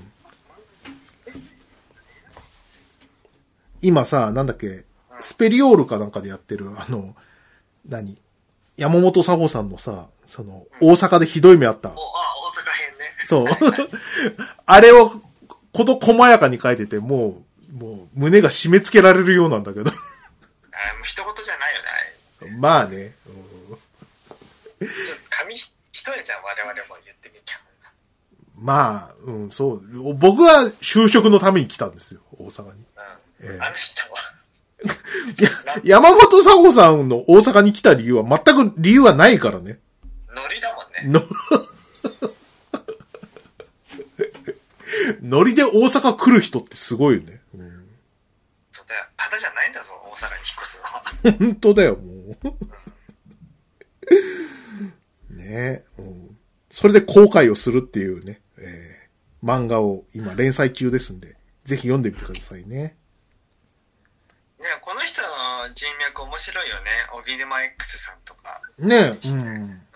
S2: 今さ、なんだっけ、スペリオールかなんかでやってる、あの、何山本佐保さんのさ、その、大阪でひどい目あった
S1: お、。あ、大阪編ね。
S2: そう。 [laughs] あれを、こと細やかに書いてて、もう、もう、胸が締め付けられるようなんだけど。
S1: あもう一言じゃないよね。
S2: まあね。
S1: ちょっと紙一重じゃん、我々も言ってみきゃ。
S2: まあ、うん、そう。僕は就職のために来たんですよ、大阪に。
S1: うん
S2: ええ
S1: あの人は、
S2: 山本佐保さんの大阪に来た理由は全く理由はないからね。
S1: ノリだもんね。
S2: の [laughs] ノリで大阪来る人ってすごいよね。うん
S1: そうだよただじゃないんだぞ、大阪に引っ越すの
S2: [laughs]
S1: は。
S2: 本当だよ、もう。ねえ、うんそれで後悔をするっていうね、えー漫画を今連載中ですんで、ぜひ読んでみてくださいね。
S1: ねこの人の人脈面白いよね。小沼 X さんとか。
S2: ねえ、うん。
S1: うん。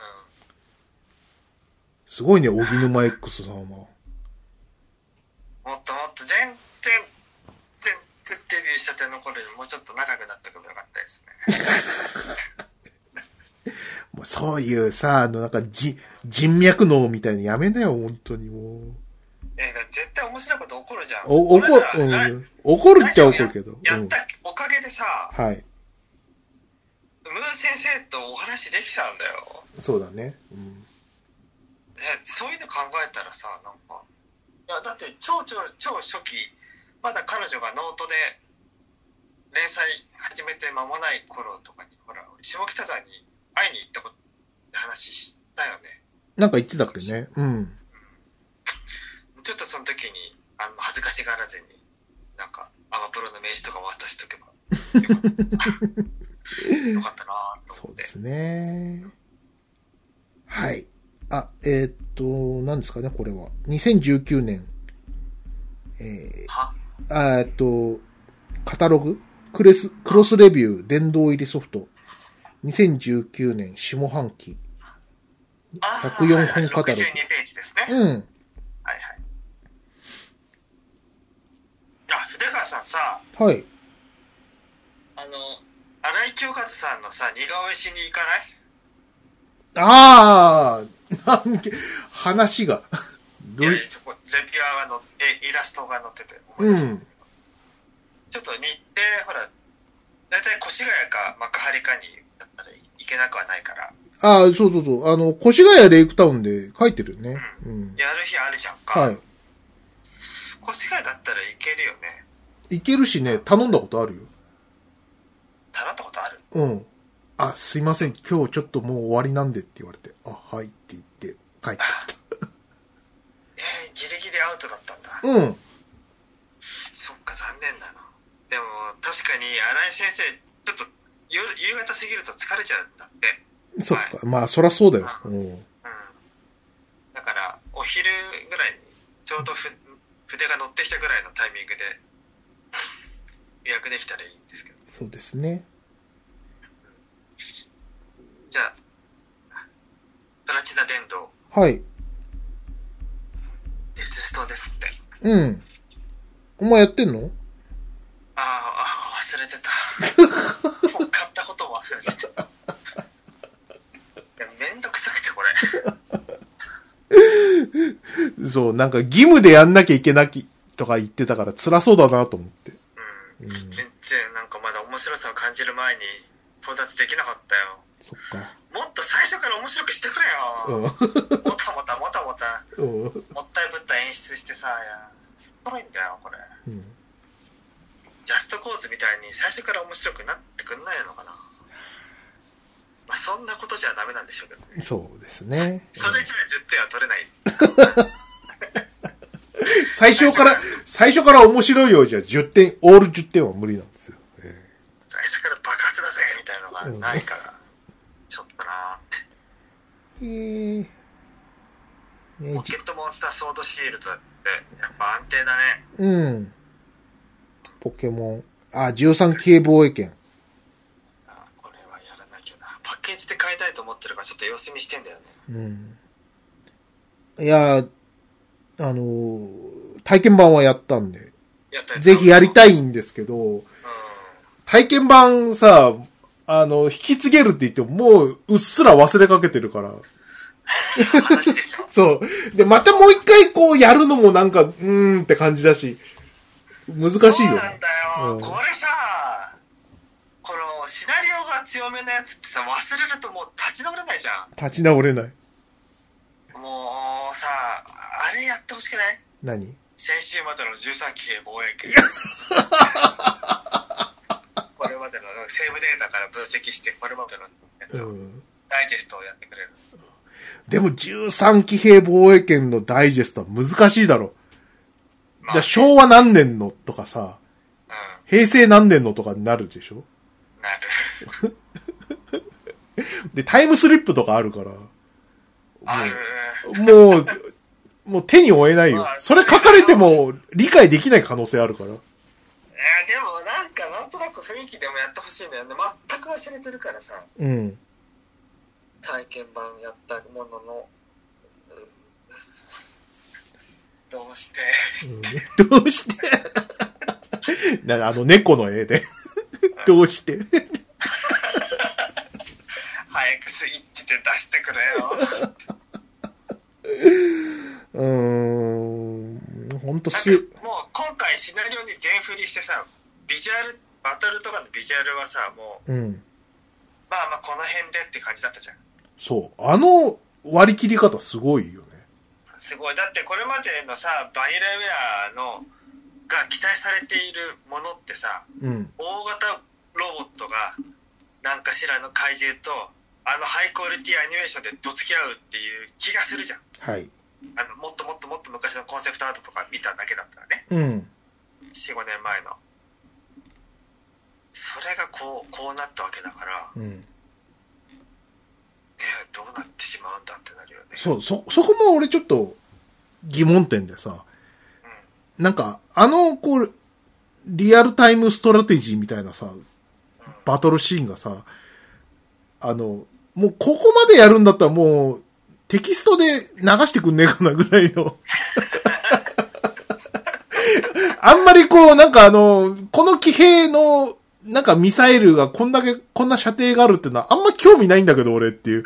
S2: すごいね、小木沼 X さんは。
S1: もっともっと全然、全然デビューしたての頃よりもうちょっと長くなってくればよかったですね。
S2: [laughs] もうそういうさ、あの、なんか、じ、人脈脳みたいにやめなよ、本当にもう。
S1: えだから絶対面白いこと起こるじゃん。
S2: お、怒
S1: 俺
S2: る
S1: ら、
S2: う
S1: ラ
S2: ん、怒るっちゃ怒るけど。
S1: や
S2: う
S1: っ
S2: ん。
S1: たおかげでさ、
S2: はい。
S1: ムー先生とお話できたんだよ。
S2: そうだね。うん。
S1: えそういうの考えたらさ、なんか。いや、だって超超超初期、まだ彼女がノートで連載始めて間もない頃とかに、ほら、俺下北沢に会いに行ったこと話したよね。
S2: なんか言ってたっけね。うん。
S1: ちょっとその時に、あの恥ずかしがらずに、なんか、アマプロの名刺とか渡しとけばよ
S2: [laughs]
S1: かった。よかったなぁと
S2: そ
S1: 思っ
S2: う
S1: て
S2: で。すね。はい。あ、えーっと、何ですかね、これは。2019年、え
S1: は
S2: ー、あーえーっと、カタログクレス、クロスレビュー、殿堂入りソフト。2019年下半期。
S1: あー
S2: 104本カタ
S1: はいはい
S2: ログ
S1: 62ページですね。
S2: うん。
S1: はいはい。あ、筆川さんさ、
S2: はい。
S1: あの、荒井清和さんのさ、似顔絵しに行かない
S2: ああなんけ話が。ど
S1: いうや
S2: い
S1: いやちょっとレビュアーがのえイラストが載ってて思い出
S2: う
S1: した、
S2: ん。
S1: ちょっと日程ほら大体越谷か幕張かにだったらいいけなくはないから
S2: ああ、そうそうそう。あの、越谷レイクタウンで書いてるよね。うん。
S1: やる日あるじゃんか、
S2: はい。
S1: 越谷だったらいけるよね
S2: いけるしね、頼んだことあるよ。
S1: 頼んだことある
S2: うん。あ、すいません。今日ちょっともう終わりなんでって言われて、あ、はいって言って帰ってき
S1: えー、ギリギリアウトだったんだ
S2: た。うん。
S1: そっか残念だなでも確かに新井先生ちょっと夜夕方過ぎると疲れちゃうんだって
S2: そっか。まあ、そらそうだよ。うん。
S1: うんだからお昼ぐらいにちょうどふ筆が乗ってきたぐらいのタイミングで予約できたらいいんですけど
S2: そうですね。
S1: じゃあプラチナ電動
S2: はい。
S1: デスストですって
S2: うん。お前やってん
S1: あ
S2: の
S1: ーあー忘れてたもう買ったことも忘れてたいやめんどくさくてこれ
S2: そう、なんか義務でやんなきゃいけなきとか言ってたから辛そうだなと思って。
S1: う
S2: うん
S1: ん、全然なんかまだ面白さを感じる前に到達できなかったよ
S2: そっ
S1: もっと最初から面白くしてくれよ、
S2: か。
S1: もたもたもたもた
S2: うん。うん
S1: もったいぶった演出してさいやすっごいんだよこれ
S2: うん。
S1: ジャストコーズみたいに最初から面白くなってくんないのかなまあそんなことじゃダメなんでしょうけどね
S2: そうですね。
S1: それじゃ10点は取れない
S2: 最初から、最初から面白いようじゃ10点、オール10点は無理なんですよ。え
S1: 最初から爆発だぜみたいなのがないからちょっとなーって
S2: えへえね
S1: ポケットモンスターソードシールドだってやっぱ安定だね
S2: うん。ポケモン。あ、13系防衛圏。
S1: あこれはやらなきゃなパッケージで買いたいと思ってるからちょっと様子見してんだよね
S2: うん。いやー、あのー体験版はやったんで、
S1: やった
S2: ぜひやり
S1: い、
S2: たいんですけど、
S1: う
S2: 体験版さ、あの、引き継げるって言っても、もう、うっすら忘れかけてるから。
S1: ん、その話でしょ
S2: そう。で、またもう一回こうやるのもなんか、うーんって感じだし、 [laughs] 難しいよ
S1: そうな
S2: ね。
S1: んだよ、
S2: うん
S1: これさこのシナリオが強めのやつってさ忘れるともう立ち直れないじゃ
S2: 立ち直れない。
S1: んもうさあれやってほしくない
S2: 何
S1: 先週までの13期防衛
S2: [laughs]
S1: 権これまでのセーブデータから分析してこれまでの、えっ
S2: う
S1: と
S2: ん。
S1: ダイジェストをやってくれる
S2: でも13騎兵防衛圏のダイジェストは難しいだろ。
S1: ま
S2: だ昭和何年のとかさ、
S1: う
S2: 平成何年のとかになるでしょ
S1: んなる
S2: で、タイムスリップとかあるから。
S1: ある
S2: もう、もう手に負えないよ
S1: まあ。
S2: それ書かれても理解できない可能性あるから。
S1: いやでもなんかなんとなく雰囲気でもやってほしいんだよね全く忘れてるからさ
S2: うん。
S1: 体験版やったものの、うんどうして
S2: うんどうして [laughs] なあの猫の絵で。どうして
S1: 早くスイッチで出してくれよ
S2: うーん。ほんと
S1: なん
S2: す、
S1: かもう今回シナリオに全振りしてさビジュアルバトルとかのビジュアルはさもう
S2: うん。
S1: まあまあこの辺でって感じだったじゃん
S2: そう。あの割り切り方すごいよね。
S1: すごいだってこれまでのさバニラウェアのが期待されているものってさ
S2: うん。
S1: 大型ロボットが何かしらの怪獣とあのハイクオリティアニメーションでどつき合うっていう気がするじゃん
S2: はい。
S1: あのもっともっともっと昔のコンセプトアートとか見ただけだったらね
S2: うん。
S1: 45年前のそれがこうこうなったわけだから、ね、
S2: うん。
S1: どうなってしまうんだってなるよね
S2: そう、そ、そこも俺ちょっと疑問点でさ、
S1: うん
S2: なんか、あの、こう、リアルタイムストラテジーみたいなさ、
S1: うん
S2: バトルシーンがさ、あの、もうここまでやるんだったらもう、テキストで流してくんねえかなぐらいの。 [laughs] あんまりこう、なんかあの、この騎兵の、なんかミサイルがこんだけ、こんな射程があるっていうのはあんま興味ないんだけど俺っていう。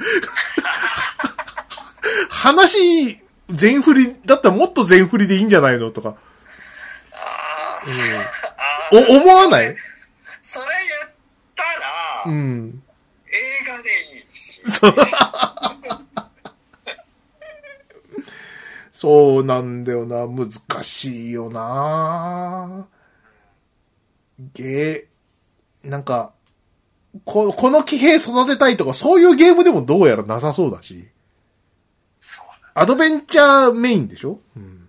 S2: 話、全振り、だったらもっと全振りでいいんじゃないのとか、
S1: あーあ
S2: お
S1: ー、
S2: 思わない
S1: それやった
S2: う
S1: ら、
S2: ん。
S1: 映画でいいし。
S2: そう。そうなんだよな。難しいよな。ゲー、なんか、ここの騎兵育てたいとか、そういうゲームでもどうやらなさそうだし。
S1: そうなん
S2: アドベンチャーメインでしょ、うん、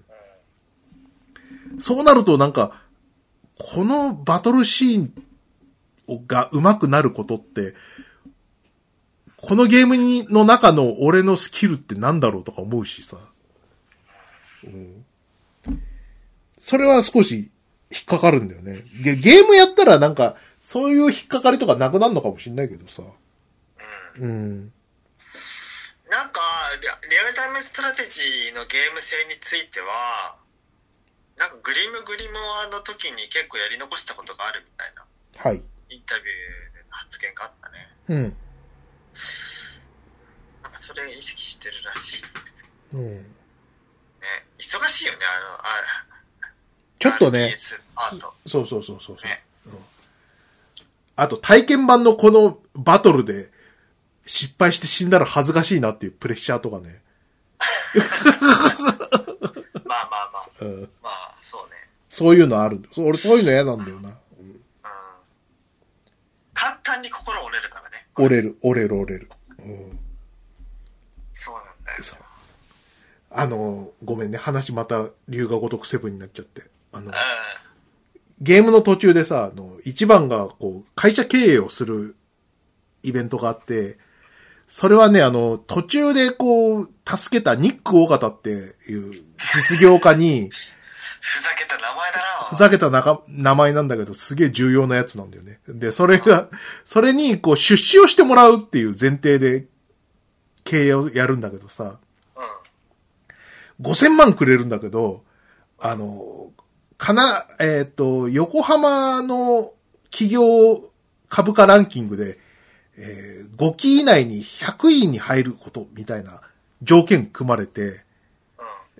S2: そうなるとなんか、このバトルシーンをが上手くなることって、このゲームにの中の俺のスキルってなんだろうとか思うしさ。うんそれは少し引っかかるんだよね。ゲゲームやったらなんか、そういう引っかかりとかなくなるのかもしんないけどさ。うん。
S1: なんかリア、リアルタイムストラテジーのゲーム性については、なんかグリムグリモアの時に結構やり残したことがあるみたいな
S2: はい。
S1: インタビューの発言があったね。
S2: うん。
S1: なんかそれ意識してるらしいですね。
S2: うん、
S1: 忙しいよね、あの、あ
S2: ちょっとね。
S1: RPS アート。
S2: そうそうそうそうそう
S1: ね、
S2: うんあと体験版のこのバトルで失敗して死んだら恥ずかしいなっていうプレッシャーとかね。
S1: まあまあまあ、
S2: うん、
S1: まあ、そうね。
S2: そういうのある。そう俺そういうの嫌なんだよな。うん
S1: うん。簡単に心折れるからね。
S2: 折れる、折れる、折れる。うん、
S1: そうなんだよ。
S2: そうあの、ごめんね。話また龍が如くセブンになっちゃって。あの
S1: う、ん。
S2: ゲームの途中でさ、あの、一番が、こう、会社経営をするイベントがあって、それはね、あの、途中でこう、助けたニック・オガタっていう実業家に、
S1: ふざけた名前だな。
S2: ふざけたなか名前なんだけど、すげえ重要なやつなんだよね。で、それが、それに、こう、出資をしてもらうっていう前提で、経営をやるんだけどさ、
S1: うん。
S2: 5000万くれるんだけど、あの、かな、えっ、と、横浜の企業株価ランキングで、えー5期以内に100位に入ることみたいな条件組まれて、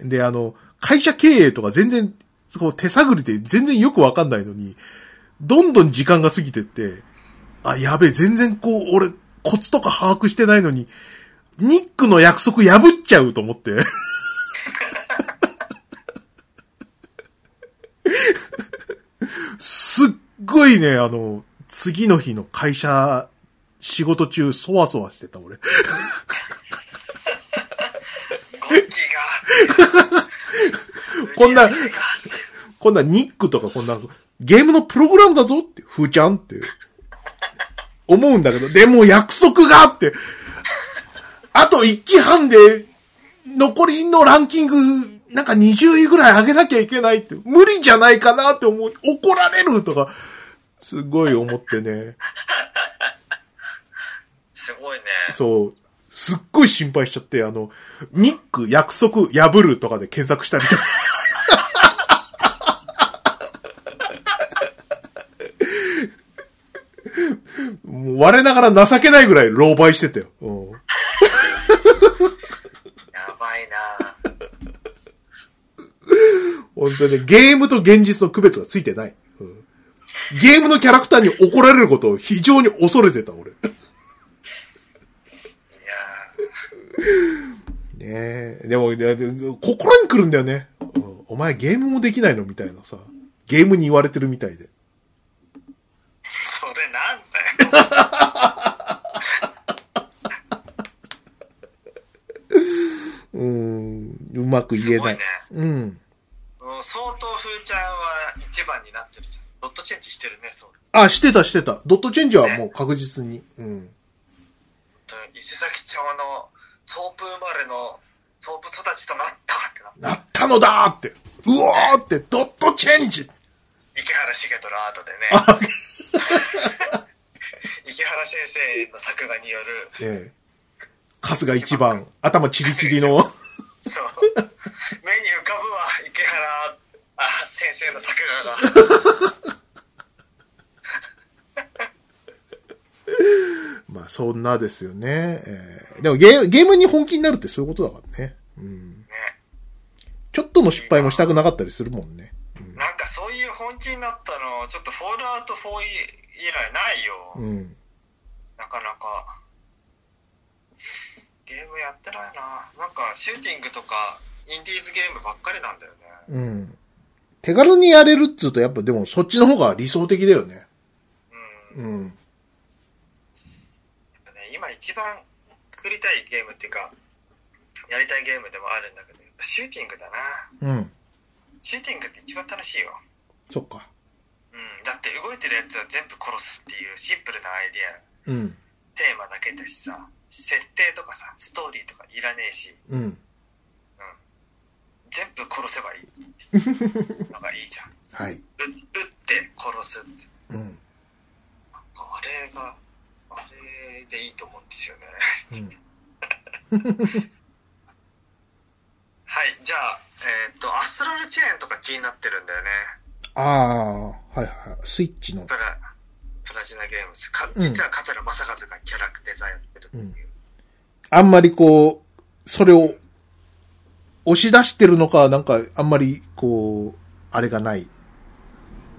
S1: うん。
S2: で、あの、会社経営とか全然、こう手探りで全然よくわかんないのに、どんどん時間が過ぎてって、あ、やべえ、全然こう、俺、コツとか把握してないのに、ニックの約束破っちゃうと思って。 [laughs] すっごいね、あの、次の日の会社、仕事中、そわそわしてた、俺。
S1: ゴッキーが。
S2: こんな
S1: 売り上げが
S2: こんなニックとかこんな、ゲームのプログラムだぞって、ふーちゃんって。思うんだけど、でも約束があって、あと1期半で、残りのランキング、なんか20位ぐらい上げなきゃいけないって、無理じゃないかなって思う、怒られるとか、すごい思ってね。
S1: すごいね。
S2: そう。すっごい心配しちゃって、あの、ニック約束破るとかで検索したりとか。もう我ながら情けないぐらい狼狽してたよ。うん
S1: やばいな。
S2: 本当にね、ゲームと現実の区別がついてない。うんゲームのキャラクターに怒られることを非常に恐れてた、俺。
S1: いや
S2: ねえ、でも、でで心に来るんだよね、うんお前ゲームもできないのみたいなさ。ゲームに言われてるみたいで。
S1: ーそれなんだよ。
S2: うーん、うまく言え
S1: すご
S2: ないい。
S1: ね。
S2: うん。
S1: もう相当風ちゃんは一番になってるじゃん。ドットチェンジしてるね、そう。
S2: あ、してたしてた。ドットチェンジはもう確実に。うん。
S1: 伊勢崎町のソープ生まれのソープ育ちとなったってな。
S2: なったのだーって。うおーって、ドットチェ
S1: [laughs]
S2: ンジ
S1: 池原茂とのアートでね。
S2: あ
S1: 池原先生の作画による、
S2: ええ。カスが一番、頭チリチ
S1: [laughs]
S2: リの。
S1: そう。目に浮かぶわ、池原あ先生の作画が。
S2: ままあ、そんなですよね。えーでもゲー、ゲームに本気になるってそういうことだからね。うん。ちょっとの失敗もしたくなかったりするもんね。
S1: なんかそういう本気になったの、ちょっとフォールアウト4以来ないよ。
S2: うん。
S1: なかなか。ゲームやってないな。なんかシューティングとか、インディーズゲームばっかりなんだよね。
S2: うん。手軽にやれるっつうと、やっぱでもそっちの方が理想的だよね。
S1: うん。
S2: うん。
S1: やっぱね今一番作りたいゲームっていうか、やりたいゲームでもあるんだけど、やっぱシューティングだな。
S2: うん。
S1: シューティングって一番楽しいよ。
S2: そっか。
S1: うん。だって動いてるやつは全部殺すっていうシンプルなアイディア、
S2: うん。
S1: テーマだけだしさ、設定とかさ、ストーリーとかいらねえし、
S2: うん。
S1: 全部殺せばいいっていうのがいいじゃん。
S2: はい。
S1: う撃って殺すって。
S2: うん。
S1: あれが、あれでいいと思うんですよね。
S2: うん。
S1: はい、じゃあ、えーっと、アストラルチェーンとか気になってるんだよね。
S2: ああ、はいはい。スイッチの
S1: プ。ラ、プラチナゲームズ。か
S2: うん
S1: 実は桂正和がキャラクデザインやってるっていう。
S2: あんまりこう、それを押し出してるのか、なんかあんまりこう、あれがない。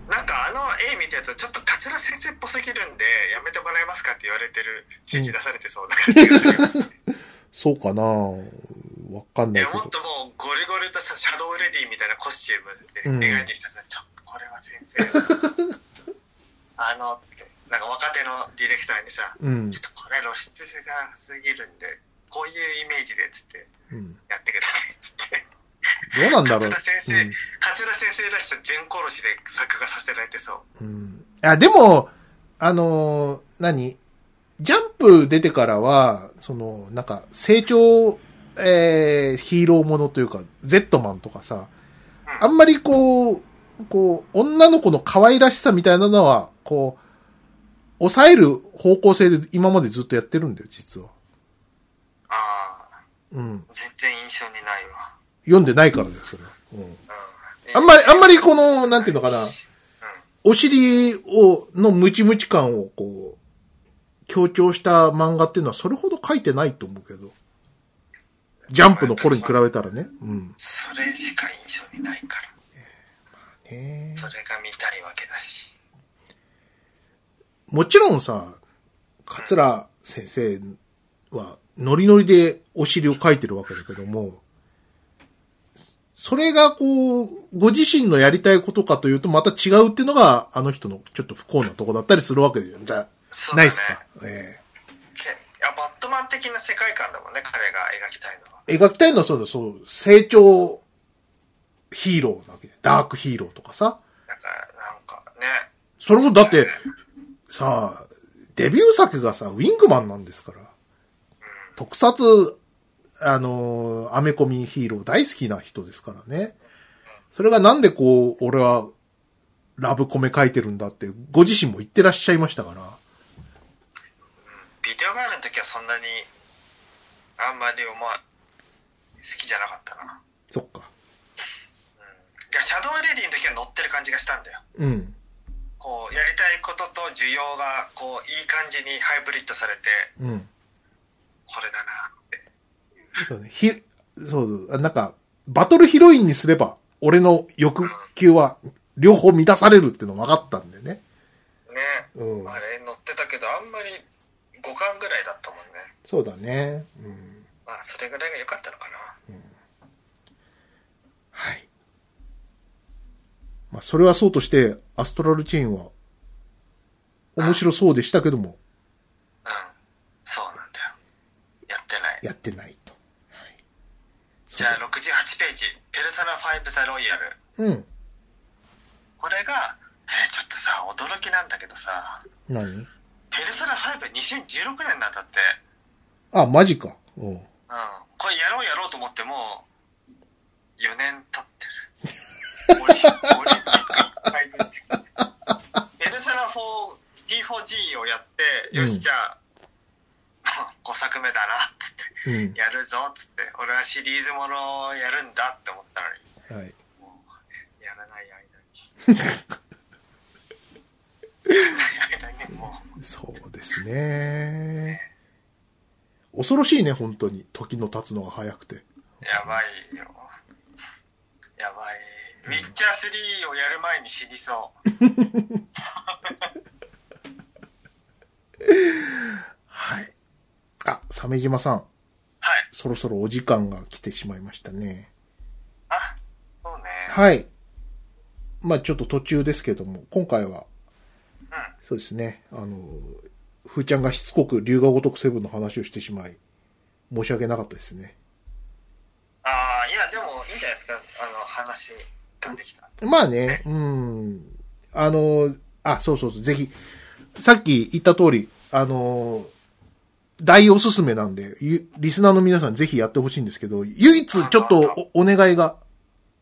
S1: なんかあの絵見てると、ちょっと桂先生っぽすぎるんで、やめてもらえますかって言われてる、指示出されてそうな感じがする。
S2: そうかなわかん
S1: い
S2: ない
S1: や
S2: け
S1: もっ
S2: ど。
S1: ともうゴリゴリとさシャドウレディみたいなコスチュームで
S2: うん
S1: 描いてきたら、ちょっとこれは先生あのってなんか若手のディレクターにさ、
S2: うん
S1: ちょっとこれ露出がすぎるんでこういうイメージでつって
S2: うん。
S1: やってくださいつって
S2: どうなんだろう
S1: 桂。先生、桂先生らしさ全殺しで作画させられてそう
S2: うん。うんあ、でも、あのー何ジャンプ出てからは、その、なんか、成長、えー、ヒーローものというか、Z マンとかさ、
S1: うん
S2: あんまりこう、こう、女の子の可愛らしさみたいなのは、こう、抑える方向性で今までずっとやってるんだよ、実は。
S1: ああ
S2: うん。
S1: 全然印象にないわ、
S2: 読んでないからだよ、それは。うん。
S1: うん、
S2: あんまり、あんま
S1: り
S2: りこの、なんていうのかな、お尻を、のムチムチ感をこう、強調した漫画っていうのはそれほど書いてないと思うけど。ジャンプの頃に比べたらね。うん。
S1: それしか印象にないから
S2: ね
S1: それが見たいわけだし
S2: もちろんさ、桂先生はノリノリでお尻を書いてるわけだけども、それがこう、ご自身のやりたいことかというとまた違うっていうのがあの人のちょっと不幸なとこだったりするわけじゃじゃ
S1: そうだ
S2: ない
S1: ね
S2: ですか。ええ
S1: けいやバットマン的な世界観だもんね彼が描きたいのは
S2: 描きたいのはそうだ、そう、成長ヒーローなわけでダークヒーローとかさ。
S1: だからなんかね
S2: それもだって、さあ、デビュー作がさ、ウィングマンなんですから。特撮、あのーアメコミヒーロー大好きな人ですからね。それがなんでこう、俺は、ラブコメ書いてるんだって、ご自身も言ってらっしゃいましたから。
S1: ビデオガールの時はそんなにあんまり思わ好きじゃなかったな
S2: そっか。
S1: いやシャドウレディの時は乗ってる感じがしたんだよ
S2: うん。
S1: こうやりたいことと需要がこういい感じにハイブリッドされて
S2: うん。
S1: これだなって
S2: そうね。ひ、そう、あなんか、バトルヒロインにすれば、俺の欲求は、両方満たされるっての分かったんでね。
S1: ね
S2: うん。
S1: あれ乗ってたけどあんまり5巻ぐらいだったもんね
S2: そうだね。うん。
S1: まあそれぐらいが良かったのかな
S2: はい。まあ、それはそうとして、アストラルチェーンは、面白そうでしたけども、
S1: うんそうなんだよやってない
S2: やってないと。
S1: じゃあ68ページ「ペルソナ5ザロイヤル
S2: うん。」
S1: これが、えーちょっとさ驚きなんだけどさ
S2: 何
S1: 「ペルソナ52016年なんだって
S2: あ、マジか。うん。
S1: うんこれやろうやろうと思ってもう4年経ってるオリオリンピック開催式ペルソナ 4P4G をやって、よ
S2: うん
S1: しじゃあ5作目だなっつって
S2: うん。
S1: やるぞっつって俺はシリーズものをやるんだって思ったのに
S2: はい。
S1: もうやらない間に。やらない間にも
S2: そうですね。恐ろしいね、本当に。時の経つのが早くて。
S1: うやばいよやばいウィッチャー3をやる前に死にそう
S2: はい。あ、鮫島さん、
S1: はい
S2: そろそろお時間が来てしまいましたね。
S1: あそうね
S2: はい。まあちょっと途中ですけども、今回は、そうですね、あの、ふーちゃんがしつこく龍河如くセブンの話をしてしまい、申し訳なかったですね。
S1: ああいやでもいいんじゃないですかあの話ができた
S2: まあね、うん。あの、あ、そうそうそう、ぜひ、さっき言った通り、あの、大おすすめなんで、ゆリスナーの皆さんぜひやってほしいんですけど、唯一ちょっとおお願いが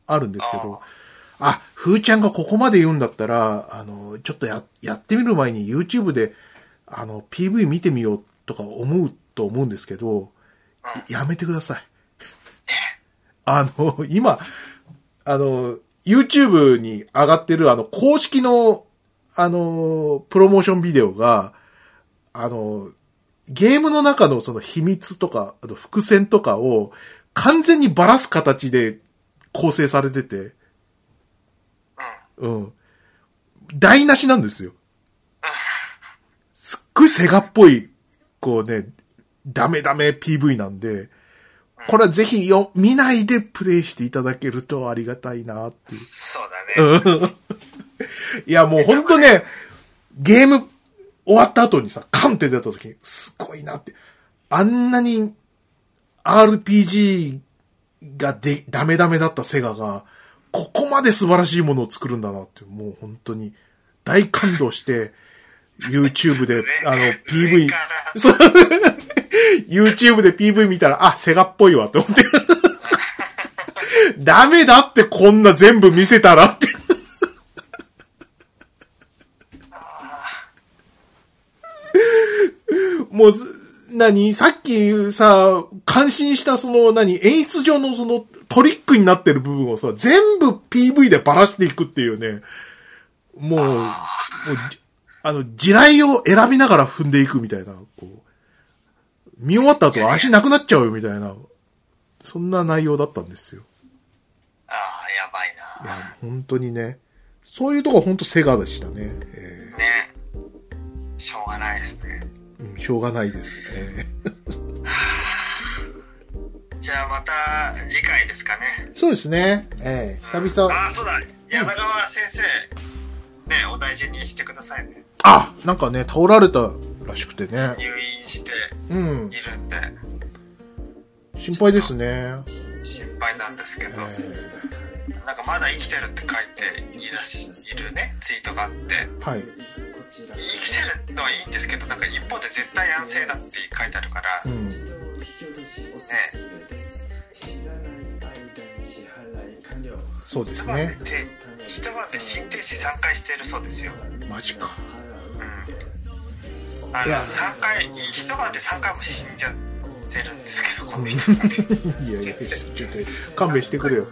S2: あるんですけど、あ、ふーちゃんがここまで言うんだったら、あの、ちょっとや、やってみる前に YouTube で、あの、PV 見てみようとか思うと思うんですけど、やめてください。 [laughs] あの、今、あの、YouTube に上がってる、あの、公式の、あの、プロモーションビデオが、あの、ゲームの中のその秘密とか、あと伏線とかを完全にばらす形で構成されてて、うん。台無しなんですよ。すっごいセガっぽい、こうね、ダメダメ PV なんで、これはぜひよ、見ないでプレイしていただけるとありがたいなっていう。
S1: そうだね
S2: いや、もうほんとね、ゲーム終わった後にさ、カンって出た時に、すごいなって。あんなに RPG がで、ダメダメだったセガが、ここまで素晴らしいものを作るんだなって、もう本当に大感動して、YouTube
S1: [laughs]
S2: で、あの、
S1: 上
S2: PV
S1: か、ら
S2: YouTube で PV 見たら、あ、セガっぽいわ、と思って。 [laughs] ダメだって、こんな全部見せたらって。もう、す何さっきさ、感心したその、何演出上のそのトリックになってる部分をさ、全部 PV でばらしていくっていうね。もう、もうじあの、地雷を選びながら踏んでいくみたいな、こう。見終わった後足なくなっちゃうよみたいな、そんな内容だったんですよ。
S1: ああやばい
S2: い
S1: な
S2: や、本当にね。そういうとこは本当セガでしたね。え
S1: ねしょうがないですね
S2: ーうんしょうがないですね。
S1: じゃあまた次回ですかね
S2: そうですね。えー久々。
S1: あそうだ柳川先生ねお大事にしてくださいね
S2: あなんかね、倒られたらしくてね。
S1: 入院して
S2: うん
S1: い。るんで
S2: 心配ですね。
S1: 心配なんですけど、
S2: えー
S1: なんかまだ生きてるって書いていらしいるねツイートがあって
S2: はい。
S1: 生きてるのはいいんですけどなんか一方で絶対安静だって書いてあるから、
S2: う
S1: ね
S2: ん。そうです
S1: 一晩で
S2: ね。
S1: て一晩で心停止3回してるそうですよ
S2: マジか。
S1: あ
S2: い
S1: の
S2: や
S1: 3回一晩で3回も死んじゃってるんですけどこの人って
S2: いやいや、ちょっと勘弁してくれよ。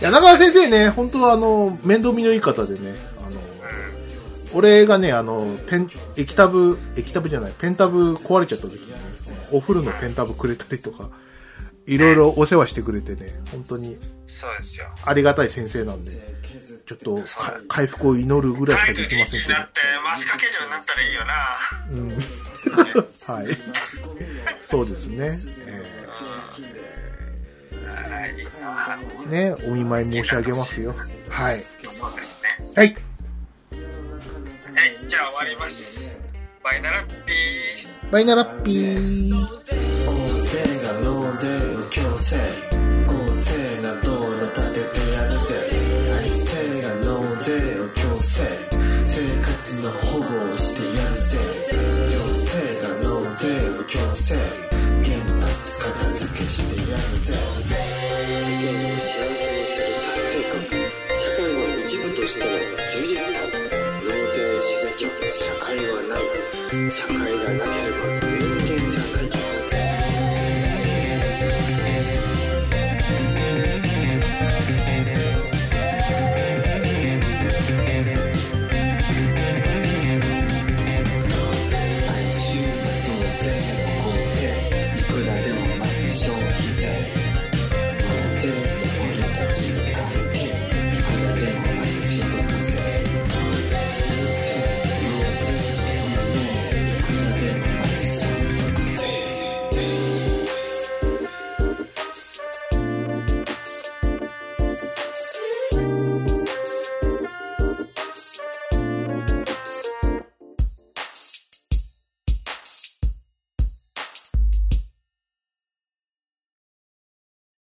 S2: 柳川先生ね、本当はあの、面倒見のいい方でね、あの、俺がね、あの、ペン、液タブ、液タブじゃない、ペンタブ壊れちゃった時に、ね、お風呂のペンタブくれたりとか、いろいろお世話してくれてね、本当に
S1: そうですよ
S2: ありがたい先生なんで、ちょっとか回復を祈るぐらいしか
S1: 態
S2: で
S1: 度
S2: き
S1: で
S2: ま
S1: き
S2: せん
S1: るよう
S2: け
S1: に
S2: ど
S1: なってマスかけるようになったらいいよな、
S2: うん、 [laughs] はい。そうですね。え
S1: はいいいな
S2: ーね、お見舞い申し上げますよ。はい。
S1: そうですね
S2: はい。
S3: 哎
S1: はいじゃあ終わりますバイナラッピー
S2: バイナラッピー。
S3: 公正が納税の強制公正が道路建ててやるぜ体制が納税を強制生活の保護をしてやるぜ行政が納税を強制原発片付けしてやるぜ
S4: 世間を幸せにする達成感社会の一部としての充実感納税しなきゃ社会はない社会がなければ人間